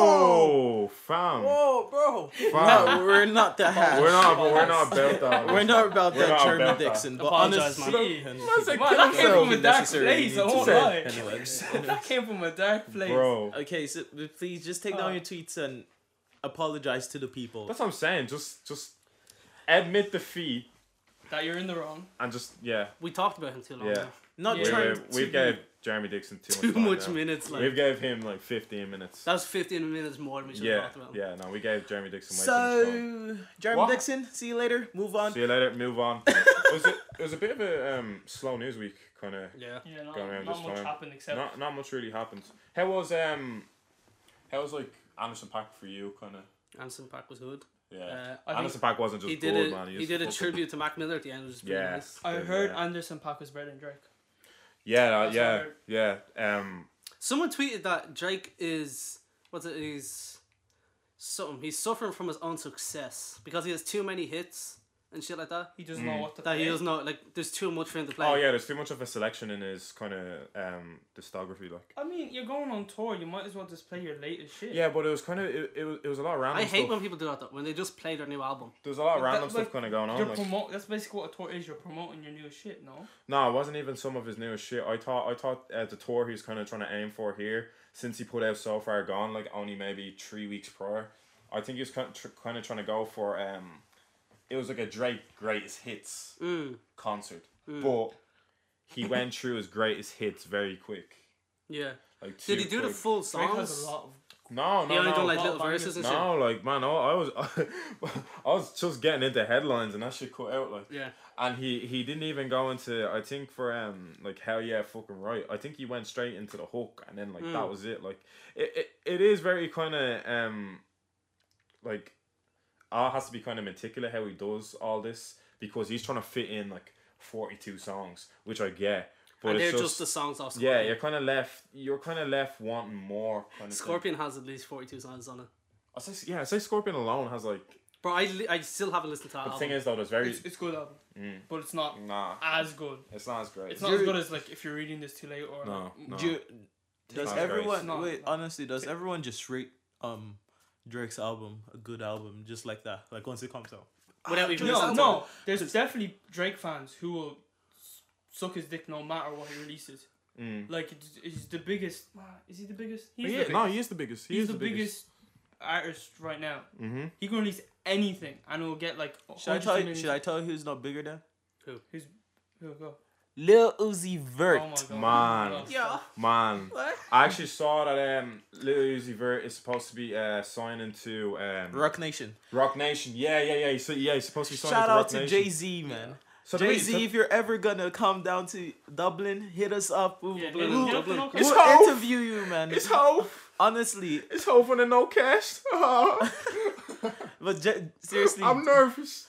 S1: Oh, fam.
S3: whoa bro
S1: Wow.
S3: no we're not that high.
S1: We're not, but we're not built on.
S3: we're not about
S1: We're
S3: that
S1: not
S3: Jeremy
S1: about that.
S3: Dixon but
S2: Apologize,
S3: honestly
S4: man.
S1: said
S4: Well,
S1: kill
S4: that came
S1: yourself.
S4: from a dark place. I won't lie.
S3: Anyways.
S4: That came from a dark place.
S1: Bro,
S3: Okay, so but please just take down
S4: Oh.
S3: your tweets and apologize to the people.
S1: that's what I'm saying. Just, just admit defeat
S4: That you're in the wrong.
S1: and just yeah,
S2: we talked about him too long.
S1: Yeah.
S2: now.
S3: Not
S4: Yeah.
S1: we,
S3: trying
S1: we,
S3: to
S1: we
S3: be-
S1: gave Jeremy Dixon too,
S2: Too
S1: time
S2: much
S1: now.
S2: minutes. Like
S1: We've gave him like 15 minutes.
S2: that was 15 minutes more than we should have
S1: Yeah,
S2: talked about.
S1: yeah. No, we gave Jeremy Dixon way too much time.
S3: So, Jeremy
S1: What?
S3: Dixon, see you later. Move on.
S1: See you later. Move on. it, was a, it was a bit of a um, slow news week, kind of.
S2: Yeah.
S4: Yeah,
S1: Going around
S4: not,
S1: this
S4: not much
S1: time.
S4: happened except
S1: Not, not much really happened. How was um, how was like Anderson Pack for you, kind of?
S2: Anderson Pack was good.
S1: Yeah.
S2: Uh,
S4: I
S1: Anderson Pack wasn't just
S2: he did
S1: good,
S2: a,
S1: man.
S2: he
S1: was
S2: did a
S1: fucking-
S2: tribute to Mac Miller at the end, which was pretty
S1: Yeah.
S2: nice.
S4: I
S1: Yeah,
S4: heard
S1: yeah.
S4: Anderson Paak was better than Drake.
S1: Yeah,
S4: That's
S1: yeah,
S4: what
S1: yeah. Um,
S2: Someone tweeted that Drake is what's it? He's something. He's suffering from his own success because he has too many hits and shit like that.
S4: He
S1: Mm.
S4: doesn't know what to
S2: That he
S4: play.
S2: doesn't know. Like there's too much for him to play.
S1: oh yeah, there's too much of a selection in his kind of um discography, like.
S4: I mean, you're going on tour. You might as well just play your latest shit.
S1: Yeah, but it was kind of it, it, was, it was a lot of
S2: I
S1: random
S2: hate
S1: stuff.
S2: when people do that though. When they just play their new album.
S1: There was a lot of
S4: But that-
S1: random stuff
S4: like,
S1: kind of going
S4: You're
S1: on. Like,
S4: promote. That's basically what a tour is. You're promoting your new shit. No.
S1: no, it wasn't even some of his newest shit. I thought I thought uh, the tour he was kind of trying to aim for here, since he put out So Far Gone, like only maybe three weeks prior, I think he was kind of, tr- kind of trying to go for um, it was like a Drake greatest hits
S4: Mm.
S1: concert,
S2: Mm.
S1: but he went through his greatest hits very quick.
S2: Yeah.
S1: Like too
S2: Did he do the
S1: quick.
S2: full
S4: Drake has
S2: songs?
S4: a lot of
S1: No, no,
S2: He only
S1: no.
S2: done like
S4: Lot
S2: little
S4: of bangers.
S2: verses and shit.
S1: no, like man, I, I was, I was just getting into headlines and that shit cut out like.
S2: Yeah.
S1: And he he didn't even go into I think for um like hell yeah fucking right I think he went straight into the hook and then like
S2: Mm.
S1: that was it like it it, it is very kind of um like Al has to be kind of meticulous how he does all this because he's trying to fit in like forty two songs which I get but
S2: And
S1: it's
S2: they're
S1: just,
S2: just, the songs off
S1: yeah
S2: Scorpion.
S1: you're kind of left you're kind of left wanting more kind of
S2: Scorpion has at least 42 songs on it.
S1: I say yeah I say Scorpion alone has like
S2: Bro, I, li- I still haven't listened to that
S1: the
S2: album.
S1: thing is though there's very
S4: Um,
S1: Mm.
S4: it's, it's good album, but it's not
S1: nah
S4: as good.
S1: it's not as great
S4: It's not as good as like if you're reading this too late or
S1: no
S4: like,
S1: no
S3: Do you, does
S1: Sounds
S3: everyone
S1: great.
S4: No,
S3: wait?
S4: no.
S3: Honestly, does everyone just rate um Drake's album a good album just like that? Like once it comes out,
S2: Without even
S4: no,
S2: listening to
S4: no. There's definitely Drake fans who will s- suck his dick no matter what he releases.
S1: Mm.
S4: Like it's- he's the biggest. Is he the biggest? He's
S1: He is-
S4: the biggest.
S1: no, he is the biggest. He
S4: he's
S1: is
S4: the biggest artist right now.
S1: Mm-hmm.
S4: He can release anything and it'll get like.
S3: should I tell you? Should I tell you who's not bigger than
S4: Who's, who'll go?
S3: Lil Uzi Vert?
S4: Oh my god.
S1: Man.
S4: Oh,
S2: Yeah.
S1: Man,
S2: What?
S1: I actually saw that um, Lil Uzi Vert is supposed to be uh, signing to um, Rock.
S3: Rock Nation.
S1: Nation. Yeah, yeah, yeah. He's, yeah, he's supposed to be signing
S3: Shout
S1: to
S3: out
S1: Rock
S3: to
S1: Nation.
S3: Jay Z, man.
S1: So do we-
S3: Jay Z,
S1: so-
S3: if you're ever gonna come down to Dublin, hit us up. We'll,
S4: Yeah,
S2: Dublin,
S4: he'll- he'll-
S2: Dublin.
S4: he'll come-
S1: It's
S3: we'll
S1: Hov.
S3: interview you, man.
S1: it's Hove.
S3: Honestly,
S1: It's Hove and no cash.
S3: but J- seriously,
S1: I'm nervous.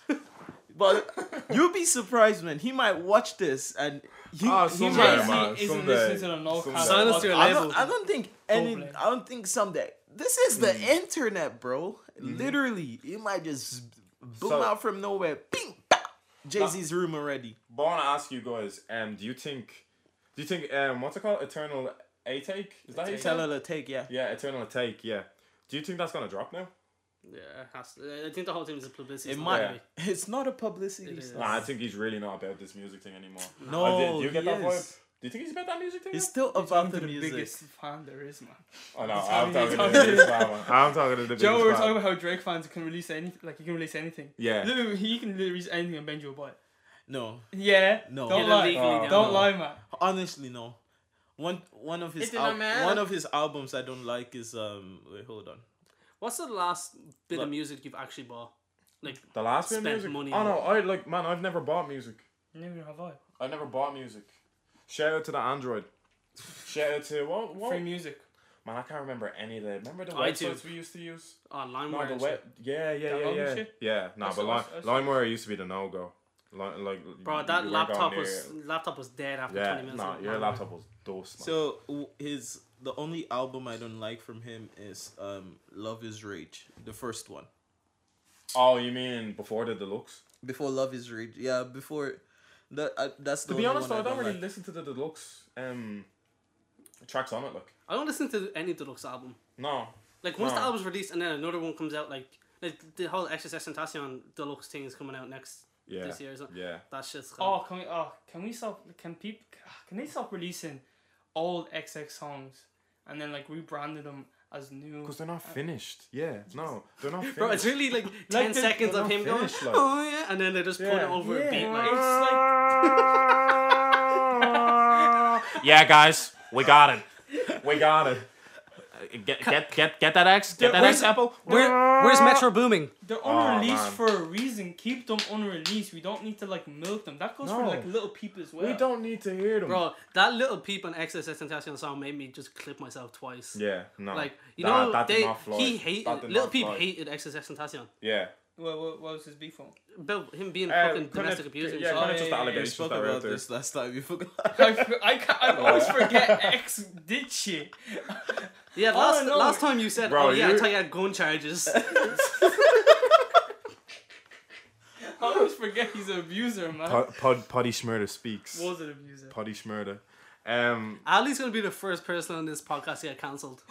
S3: but you'll be surprised, man. He might watch this and he,
S1: Ah,
S3: he
S1: someday,
S3: might.
S4: Jay-Z
S1: man.
S4: isn't
S1: someday.
S4: listening to the No
S1: Someday.
S4: Cap
S2: Sign us to
S4: podcast.
S2: your
S3: I
S2: label.
S3: don't, I don't think any.
S4: Dublin.
S3: I don't think someday. This is the internet, bro. Literally, it might just boom
S1: So-
S3: out from nowhere. Bing, bah, Jay Z's room already.
S1: But I want to ask you guys. Um, do you think? Do you think? Um, what's it called? Eternal A Take. Is that how you
S3: Tell
S1: say it?
S3: her to take, yeah.
S1: Yeah, Eternal Take. Yeah. Do you think that's gonna drop now?
S2: Yeah, it has to. I think the whole thing is a publicity.
S3: It
S2: stunt
S3: might.
S2: anyway.
S3: It's not a publicity.
S2: It is.
S3: stunt.
S1: Nah, I think he's really not about this music thing anymore.
S3: No,
S1: I did- do you get
S3: he
S1: that
S3: is.
S1: vibe? Do you think he's about that music thing?
S3: It's
S1: now?
S3: still about the,
S4: the
S3: music.
S4: biggest fan there is, man.
S1: I know. I'm
S4: He's
S1: talking to
S4: talking-
S1: the biggest fan. man. I'm talking to the biggest
S4: Joe, we were
S1: fan.
S4: talking about how Drake fans can release anything. Like he can release anything.
S1: Yeah.
S4: Literally, he can release anything and Benji will buy it.
S3: No,
S4: Yeah.
S3: No.
S4: Don't
S2: Get
S4: lie.
S2: illegally
S1: Oh.
S2: down
S4: Don't
S2: low.
S4: lie, man.
S3: honestly, no. One one of
S2: It
S3: his
S2: didn't
S3: al-
S2: matter.
S3: one of his albums I don't like is um. Wait, hold on.
S2: What's the last bit
S3: Look.
S2: of music you've actually bought? Like,
S1: The last bit of
S2: Spent
S1: music.
S2: money
S1: oh
S2: on
S1: no, I
S2: it.
S1: like man. I've never bought music.
S4: Never have I.
S1: I never bought music. Shout out to the Android. Shout out to what? what?
S4: Free music.
S1: Man, I can't remember any of the. Remember the
S2: iTunes.
S1: websites we used to use?
S2: oh,
S1: No,
S2: LimeWire.
S1: the
S2: and
S1: web.
S2: shit.
S1: Yeah, yeah, yeah,
S4: Downloading
S1: yeah.
S4: shit?
S1: Yeah, nah,
S4: That's-
S1: but Lime,
S4: that's- that's-
S1: LimeWire used to be the no go. Like,
S2: Bro,
S1: you
S2: that
S1: weren't
S2: laptop
S1: going
S2: was
S1: near it.
S2: laptop was dead after
S1: Yeah,
S2: 20 minutes.
S1: nah,
S2: of
S1: your
S2: LimeWire.
S1: laptop was dust. man.
S3: So w- his the only album I don't like from him is um Love Is Rage, the first one.
S1: oh, you mean before the deluxe?
S3: Before Love Is Rage, yeah. Before that, uh, that's the
S1: To be
S3: only
S1: honest, though,
S3: one
S1: I don't really
S3: like.
S1: listen to the deluxe um tracks on it. Like,
S2: I don't listen to any deluxe album.
S1: no,
S2: Like once
S1: No.
S2: the album's released and then another one comes out, like like the whole Exorcist Tentacion deluxe thing is coming out next
S1: yeah,
S2: this year. Or something.
S1: yeah.
S2: That shit's gone.
S4: Oh, can we? Oh, can we stop? Can people? Can they stop releasing old XX songs and then like rebranding them as new?
S1: Because they're not finished. Yeah, no, they're not finished.
S2: Bro, it's really like ten
S4: the-
S2: seconds
S1: they're
S2: of
S1: not
S2: him going,
S1: finished, like-
S2: oh yeah, and then they just put it
S1: Yeah.
S2: over
S4: Yeah.
S2: a beat.
S4: It's
S2: Like,
S1: like. yeah, guys, we got it. We got it. Get get get get that X. Get
S2: that Where's- X
S1: apple.
S2: Where, where's Metro booming?
S4: They're
S1: Aw,
S4: unreleased
S1: Oh, man.
S4: for a reason. Keep them unreleased. We don't need to like milk them. That goes for
S1: No.
S4: like little peep as well.
S1: We don't need to hear them.
S2: Bro, that little peep on Exorcist Tentacion song made me just clip myself twice.
S1: Yeah, no.
S2: Like you
S1: That-
S2: know,
S1: that did
S2: they
S1: not fly.
S2: he
S1: That
S2: hated
S1: did
S2: little
S1: not
S2: peep
S1: fly.
S2: hated Exorcist Tentacion
S1: Yeah.
S4: What, what, what was his beef on?
S2: about him being a
S1: Uh,
S2: fucking
S1: kind
S2: domestic
S1: of-
S2: abuser.
S1: yeah,
S2: Yeah,
S1: kind
S4: Oh,
S1: of just the
S4: yeah, yeah, yeah,
S3: You
S1: allegations
S3: spoke
S1: that were
S3: about
S1: out there.
S3: this last time. You forgot.
S4: I, f- I, ca- I
S1: Oh.
S4: always forget X did shit.
S2: yeah.
S4: Oh,
S2: Last
S4: no.
S2: last time you said,
S1: Bro,
S2: oh yeah, I
S1: you-
S2: thought you had gun charges.
S4: I always forget he's an abuser, man.
S1: Pod, pod, Poddy Schmurder speaks.
S4: was an abuser.
S1: Poddy Schmurder. Um,
S2: Ali's gonna be the first person on this podcast to get cancelled.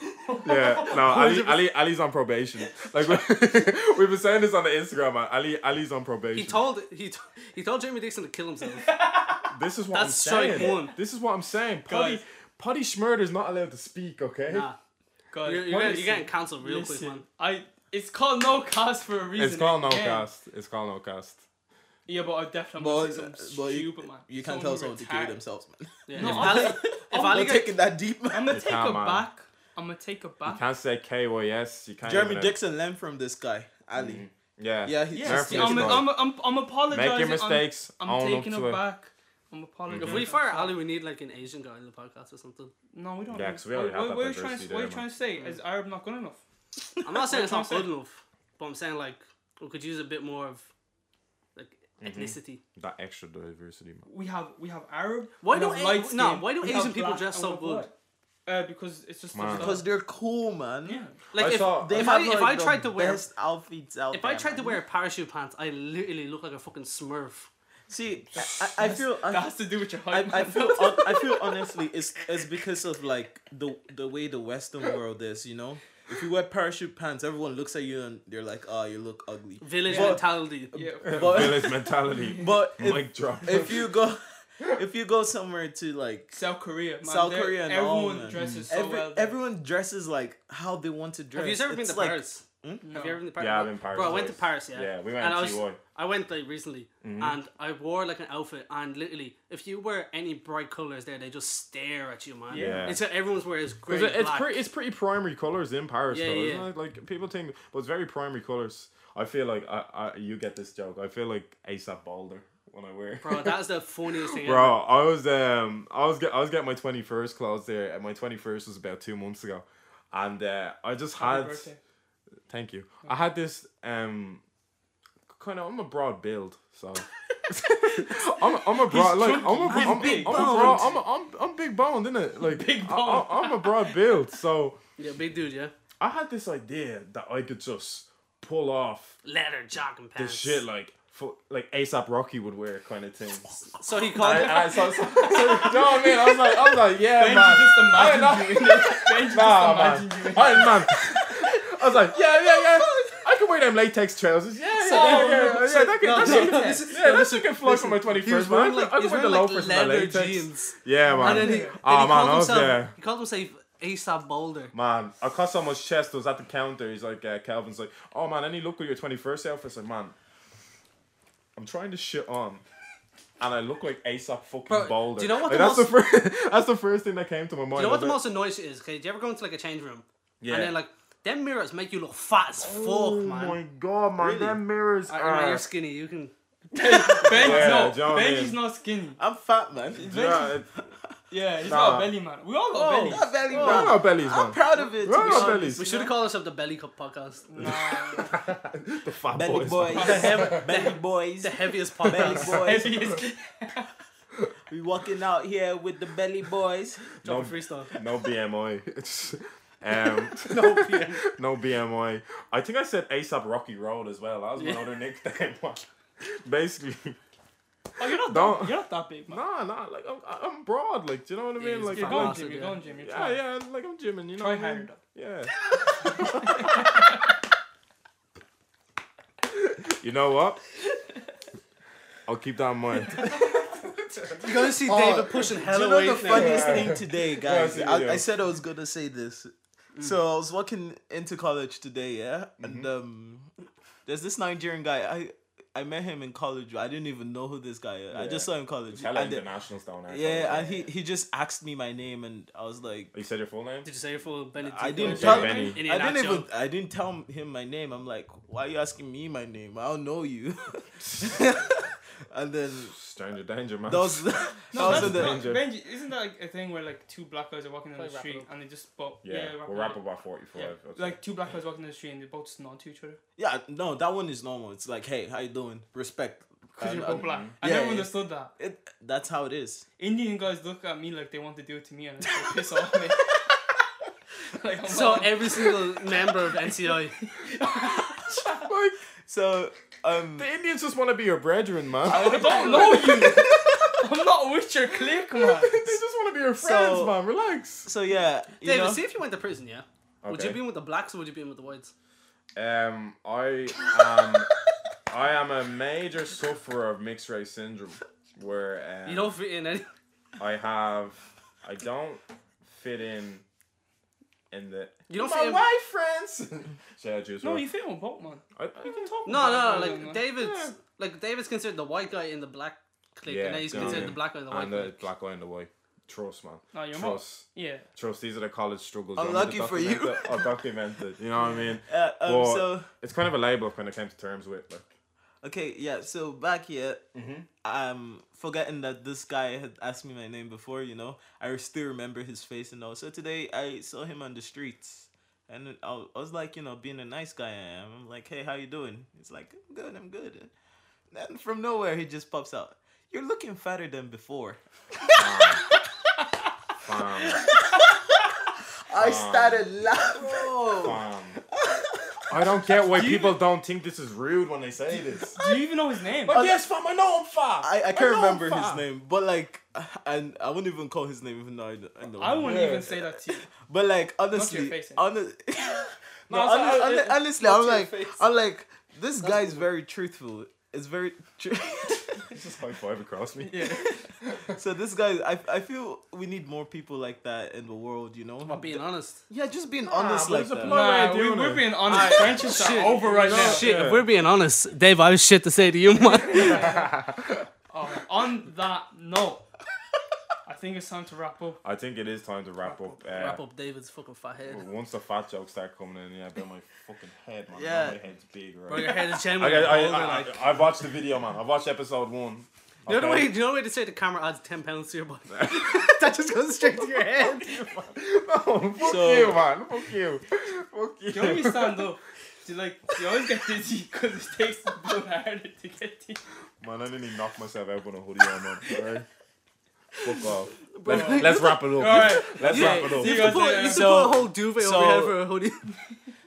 S1: Yeah, no, Ali, Ali, Ali's on probation. Like we, we've been saying this on the Instagram, man. Ali, Ali's on probation.
S2: He told he t- he told Jamie Dixon to kill himself.
S1: this is what
S2: that's
S1: I'm saying.
S2: strike one.
S1: This is what I'm saying. Potty,
S4: Guys.
S1: Potty Schmurder's not allowed to speak. Okay.
S2: Nah, you're,
S4: God,
S2: you're, getting-
S4: listen,
S2: you're getting cancelled real quick,
S4: listen,
S2: man.
S4: I It's called no cast for a reason.
S1: It's called no
S4: again.
S1: cast. It's called no cast.
S4: Yeah, but I definitely
S3: But, uh,
S4: want some
S3: but you,
S4: stupid man.
S3: you can't
S4: Someone
S3: tell
S4: who
S3: someone to
S4: retarded.
S3: kill themselves, man.
S2: Yeah.
S4: No,
S2: if
S4: I'm-
S2: Ali, if
S3: I'm
S2: Ali
S3: not
S2: gets,
S3: taking that deep, man.
S4: I'm gonna
S1: You
S4: take
S1: can't,
S4: it
S1: man.
S4: back. I'm gonna take it
S1: You
S4: back.
S1: can't say KYS. You can't.
S3: Jeremy
S1: even-
S3: Dixon learned from this guy, Ali.
S1: Yeah.
S3: Mm-hmm. Yeah, he's
S4: Yeah,
S1: Learn
S4: see,
S1: from
S4: I'm,
S1: this guy.
S4: I'm, I'm, I'm apologizing.
S1: Make your
S4: I'm-
S1: mistakes.
S4: I'm,
S1: own
S4: taking
S1: up
S4: it
S1: to it.
S4: back. I'm apologizing.
S2: if we fire Ali, we need like an Asian guy in the podcast or something.
S4: No, we don't.
S1: Yeah,
S4: know.
S1: 'cause we already
S4: What-
S1: have
S4: what-
S1: that
S4: what are you trying
S1: diversity
S4: to- What are you
S1: there,
S4: trying to say?
S3: Mm.
S4: Is Arab not good enough?
S2: I'm not saying it's not
S4: What I'm
S2: good enough, but I'm saying like we could use a bit more of like
S1: Mm-hmm.
S2: ethnicity.
S1: That extra diversity, man.
S4: We have we have Arab.
S2: Why
S4: we
S2: do
S4: have
S2: A-
S4: light
S2: no,
S4: skin,
S2: why do
S4: we
S2: Asian
S4: have
S2: people
S4: black,
S2: dress
S4: and
S2: so
S4: we have
S2: good?
S4: white. Uh, because it's just the
S1: Man.
S4: style.
S3: Because they're cool, man.
S4: yeah.
S2: Like
S1: I
S2: if
S1: saw-
S3: They
S2: if
S3: have
S2: I
S3: like
S2: if I
S3: the
S2: tried to wear
S3: best outfits out
S2: if I
S3: there,
S2: tried to
S3: man.
S2: wear parachute pants, I literally look like a fucking Smurf.
S3: see, I, I I feel
S4: That
S3: I,
S4: has to do with your
S3: I,
S4: height.
S3: I
S4: man.
S3: feel hon- I feel honestly it's it's because of like the the way the Western world is, you know. If you wear parachute pants, everyone looks at you and they're like, "Oh, you look ugly."
S2: Village
S3: But-
S2: mentality.
S4: yeah.
S3: But
S1: Village mentality.
S3: but if,
S1: Mic drop.
S3: if you go if you go somewhere to like
S4: South Korea, man.
S3: South
S4: They're-
S3: Korea and all,
S4: everyone
S3: man.
S4: dresses so
S3: every,
S4: well. there.
S3: everyone dresses like how they want to dress.
S2: Have you ever been
S3: It's
S2: to
S3: like, hmm?
S2: Paris?
S4: No.
S2: Have you ever been to Paris?
S1: Yeah, I've been to Paris
S2: Bro, I went to
S1: twice.
S2: Paris. Yeah.
S1: Yeah, we went
S2: And
S1: to
S2: I was-
S1: TY.
S2: I went like recently,
S1: Mm-hmm.
S2: and I wore like an outfit, and literally, if you wear any bright colors there, they just stare at you, man.
S1: Yeah.
S2: It's like everyone's wearing is grey.
S1: It's, it's
S2: black.
S1: pretty. It's pretty primary colors in Paris,
S2: Yeah,
S1: though,
S2: yeah.
S1: isn't it? Like people think, but it's very primary colors. I feel like I, I you get this joke. I feel like ASAP Boulder when I wear.
S2: Bro, that's the funniest thing. ever.
S1: Bro, I was um, I was get, I was getting my twenty first clothes there, and my twenty first was about two months ago, and uh, I just
S4: Happy
S1: had.
S4: birthday.
S1: Thank you. I had this um, kind of I'm a broad build, so. I'm, I'm a broad like I'm a, I'm, I'm, I'm,
S4: big
S1: a broad I'm, a, I'm I'm big boned, isn't it? Like
S4: Big
S1: I- I,
S4: boned.
S1: I'm a broad build, so
S2: Yeah, big dude. Yeah.
S1: I had this idea that I could just pull off
S2: Leather jogging
S1: the
S2: pants.
S1: shit like for, like ASAP Rocky would wear kind of thing.
S2: So he called.
S1: And I, so, so, so, you know what I mean? I was like, I was like, yeah,
S4: Benji
S1: man.
S4: just
S1: I
S4: imagine
S1: know. Nah,
S4: Benji just
S1: man.
S4: imagine you. in-
S1: I, man. I was like, yeah, yeah, yeah. I can wear them latex trousers. Yeah, yeah,
S2: Oh,
S1: yeah, yeah. yeah,
S3: so-
S1: that can,
S3: no,
S1: that's
S3: no,
S1: yeah,
S3: listen,
S1: that shit can fly for my twenty
S2: he was
S1: first. man.
S2: wearing
S1: I
S2: like,
S1: can- I
S2: he
S1: can
S2: was
S1: wear the
S2: wearing, like
S1: loafers and the
S2: leather
S1: latex.
S2: jeans.
S1: Yeah, man.
S2: And then he, then
S1: oh
S2: he called
S1: man, I was
S2: himself.
S1: there.
S2: He called himself ASAP Boulder.
S1: Man, I caught someone's chest. I was at the counter. He's like, uh, Calvin's like, oh man, any look with your 21st outfit? I said, man, I'm trying to shit on. And I look like ASAP fucking
S2: Bro,
S1: Boulder.
S2: do you know what
S1: Like,
S2: the
S1: that's, the first, that's the first thing that came to my mind.
S2: You know what the
S1: I was
S2: most annoying shit is? Okay, do you ever go into like a change room?
S1: Yeah.
S2: And then like them mirrors make you look fat as fuck,
S1: like, Oh
S2: man.
S1: my god, man, them mirrors
S2: Alright,
S1: are.
S2: alright, you're skinny. You can.
S1: Yeah,
S4: Benji's not.
S1: John
S4: Benji's
S1: is.
S4: not skinny.
S3: I'm fat, man.
S1: yeah, it-
S4: Yeah, he's
S1: Nah.
S4: got a belly, man. We all got
S3: Oh,
S4: bellies.
S3: that belly,
S1: we're on
S3: bro.
S1: our bellies,
S3: I'm
S1: man.
S3: proud of it. to
S1: We're
S3: be
S1: on our
S3: honest.
S1: bellies.
S2: We should have called ourselves the Belly Cup Podcast,
S1: the fat
S3: Belly
S1: boys.
S3: boys,
S1: man.
S3: Hev- belly boys,
S2: the heaviest
S3: belly
S2: podcast.
S3: boys.
S4: Heavy as-
S3: We walking out here with the belly boys.
S2: Drop
S1: No,
S2: a freestyle.
S1: no BMI. It's- um,
S3: No PM.
S1: no BMI. I think I said ASAP Rocky Road as well. That was my other nickname. Basically.
S4: Oh, you're not.
S1: Don't-
S4: That, you're not that big, man.
S1: Nah, nah, like I'm, I'm broad, like do you know what I mean?
S2: he's
S1: Like,
S4: You're
S1: I'm
S2: fat.
S4: going
S1: like
S2: Massive,
S4: gym. You're
S2: yeah.
S4: going gym. You're
S1: yeah,
S4: trying.
S1: yeah, like I'm gymming, you know.
S4: Try
S1: what I mean?
S4: harder.
S1: Yeah. you know what? I'll keep that in mind.
S2: You're gonna see
S3: Oh,
S2: David pushing hell
S3: Do you
S2: away.
S3: know the
S2: from-
S3: funniest thing today, guys?
S1: see
S3: I,
S1: video.
S3: I said I was gonna say this. So I was walking into college today, yeah, and um, there's this Nigerian guy. I I met him in college. I didn't even know who this guy. is. I
S1: Yeah.
S3: just saw him in college.
S1: Hello,
S3: And then-
S1: internationals down there.
S3: yeah, and he he just asked me my name, and I was like,
S1: You said your full name?
S2: Did you say your full Benny?
S3: I didn't
S1: tell- Benny.
S2: Benny.
S3: I didn't even I didn't tell him my name. I'm like, why are you asking me my name? I don't know you. and then
S1: Stranger danger, man.
S3: that was that
S4: No,
S3: was
S4: that's
S3: in the
S4: not,
S1: Danger.
S4: Benji. Isn't that like a thing where like two black guys are walking down the
S2: Probably wrap it
S4: street
S2: up.
S4: and they just both
S1: yeah,
S4: wrap
S1: we're
S4: it up.
S1: rapping about
S4: Yeah,
S1: 45. that's
S4: like
S1: it.
S4: two black guys walking down the street and they both just nod to each other
S3: Yeah, no, that one is normal. It's like, hey, how you doing? Respect.
S4: because
S3: And-
S4: you're both
S3: and
S4: black. I
S3: yeah,
S4: never
S3: yeah.
S4: understood that.
S3: It, that's how it is.
S4: Indian guys look at me like they want to do it to me and it's like, piss off me. like, I'm
S2: So
S4: not-
S2: every single member of NCI.
S1: Like,
S3: So, um,
S1: the Indians just want to be your brethren, man.
S4: I don't know you. I'm not with your clique, man.
S1: they just want to be your friends,
S3: So-
S1: man. Relax.
S3: so yeah, you
S2: David,
S3: know,
S2: see if you went to prison, yeah. Would you
S1: Okay.
S2: be in with the blacks or would you be in with the whites?
S1: Um, I am, I am a major sufferer of mixed race syndrome, where um,
S2: You don't fit in any.
S1: I have, I don't fit in in the.
S2: You don't
S1: my
S2: see him-
S1: white friends. Shout out Juice
S4: No,
S1: WRLD.
S4: you fit on Pokemon.
S1: I-
S4: You can talk.
S2: No,
S4: about
S2: no,
S4: it,
S2: like David's like David's considered the white guy in the black clique,
S1: Yeah,
S2: and then he's
S1: yeah,
S2: considered
S1: yeah.
S2: the black guy in the white
S1: and the
S2: clique.
S1: black guy in the white. Trust, man.
S4: No, you're not.
S1: Trust.
S4: Yeah.
S1: Trust. These are the college struggles.
S3: I'm
S1: you know,
S3: lucky for you.
S1: documented- Are documented. You know what I mean?
S3: Uh, um,
S1: Well-
S3: so
S1: It's kind of a label I've kind of came to terms with. Like,
S3: okay, yeah. So back here,
S2: Mm-hmm.
S3: I'm forgetting that this guy had asked me my name before. You know, I still remember his face and all. So today I saw him on the streets, and I was- I was like, you know, being a nice guy, I am. I'm like, hey, how you doing? He's like, I'm good, I'm good. And then from nowhere, he just pops out. You're looking fatter than before.
S1: bam,
S3: I started laughing.
S1: bam. I don't get why people don't think this is rude when they say this.
S4: Do you even know his name?
S1: But yes, fam, I know I'm fat.
S3: I, I
S1: know
S3: can't
S1: I'm
S3: remember his
S1: fat.
S3: name, but like, and I wouldn't even call his name even though I know. I know
S4: I
S3: him.
S4: wouldn't
S1: Yeah.
S4: even say that to you.
S3: But like honestly,
S4: face, eh?
S3: honest, no,
S4: No, it's
S3: honest-
S4: not-
S3: honest-
S4: it's
S3: honestly,
S4: not
S3: I'm
S4: your
S3: like,
S4: face.
S3: I'm like, this guy is very truthful. It's very true.
S1: It's just high five across me.
S4: Yeah.
S3: so this guy, I, I feel we need more people like that in the world, you know.
S2: I'm being honest.
S3: yeah, just being honest
S1: but
S3: like
S1: it's a
S3: that.
S1: No, I
S4: Nah, we,
S1: do know.
S4: we're being honest. Friendships are over right now.
S2: Shit,
S1: yeah.
S2: if we're being honest, Dave, I was shit to say to you, man.
S4: Alright, Oh, on that note, I think it's time to wrap up.
S1: I think it is time to wrap up. Uh,
S2: Wrap up David's fucking fat head.
S1: Once the fat jokes start coming in, yeah, I bet my fucking head, man.
S3: Yeah.
S1: Yeah. My head's big, right?
S2: Bro, your head is
S1: I,
S2: genuinely
S1: I,
S2: bolder,
S1: I,
S2: like.
S1: I, have watched the video, man. I've watched episode one.
S2: You know the
S1: Okay.
S2: way, you know the way to say the camera adds 10 pounds to your body? that just goes straight to your head.
S1: no, fuck
S3: So-
S1: you, man. Fuck you. Fuck you.
S4: Do you know when you stand up? Do you like? Do you always get dizzy because it takes the blood harder to get dizzy?
S1: Man, I didn't even knock myself out with a hoodie on, man. Alright? Fuck off. Let, let's wrap it up.
S4: Alright.
S1: Let's
S3: Yeah.
S1: wrap it up.
S4: See
S2: You
S4: you
S2: can
S4: guys
S2: put, you
S4: later.
S2: can
S3: So-
S2: put a whole duvet
S3: so-
S2: over your head for a hoodie.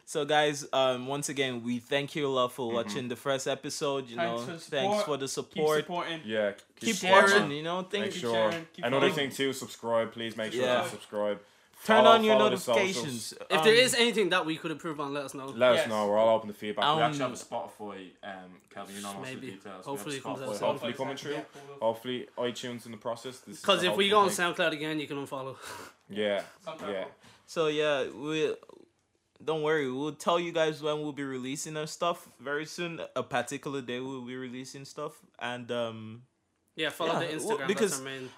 S3: So guys, um, once again, we thank you a lot for watching the first episode. You
S4: Thanks
S3: know,
S4: for the
S3: thanks
S4: support.
S3: for the
S4: Keep
S3: support.
S4: supporting.
S1: Yeah.
S3: Keep,
S1: sharing,
S3: watching.
S1: man.
S3: You know,
S1: Make
S3: thank you.
S1: sure.
S4: sharing, keep
S1: Another
S4: following.
S1: thing too, subscribe. Please make sure
S3: Yeah.
S1: to subscribe.
S3: Turn
S1: Follow-
S3: on your
S1: follow the
S3: notifications.
S1: socials.
S2: If
S3: Um,
S2: there is anything that we could improve on, let us know.
S1: Let us
S4: Yes.
S1: know. We're all open to feedback. we
S3: Um,
S1: actually have a Spotify, um, Kelvin. You know most of the
S2: Maybe.
S1: details. We have
S2: Hopefully
S1: a
S2: it comes out
S1: Spotify,
S2: soon.
S1: Hopefully coming through.
S4: Yeah, we will.
S1: Hopefully iTunes in the process. This is
S2: Because
S1: the
S2: if we go on
S1: hopeful thing.
S2: SoundCloud again, you can unfollow.
S1: yeah,
S4: Sometime.
S1: yeah,
S3: So yeah, we don't worry. We'll tell you guys when we'll be releasing our stuff very soon. A particular day we'll be releasing stuff, and um,
S2: Yeah, follow
S3: Yeah,
S2: the
S3: well,
S2: Instagram.
S3: because-
S2: that's our main.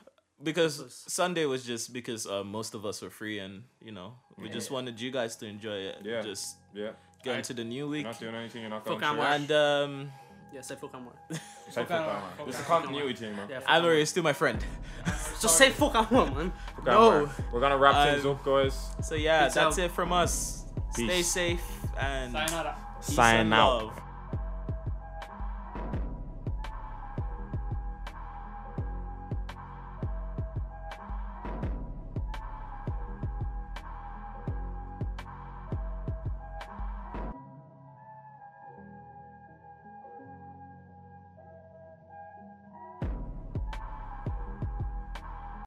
S3: because
S2: Of course.
S3: Sunday was just because uh, most of us were free, and you know we just wanted you guys to enjoy it.
S1: Yeah.
S3: Just
S1: yeah.
S3: get
S2: Alright.
S3: into the new
S1: You're
S3: week,
S1: not doing anything. You're not
S2: Fuck
S1: going
S2: Amway.
S1: through.
S3: and um,
S2: Yeah, say fuck Amor.
S1: Say fuck
S4: Fuck
S1: that,
S4: Amway.
S1: man. It's a
S4: Fuck Amway.
S1: continuity, thing, man.
S2: Yeah, fuck
S3: Alor
S2: Amway.
S3: is still my friend.
S2: Just say fuck Amor, man.
S1: Fuck
S3: No.
S1: Amway. we're gonna wrap things
S3: Um,
S1: up, guys.
S3: So yeah,
S2: Peace
S3: that's
S2: out.
S3: it from us. Stay
S1: Peace.
S3: safe and
S4: Sayonara.
S3: peace
S1: Sign
S3: and
S1: out.
S3: love.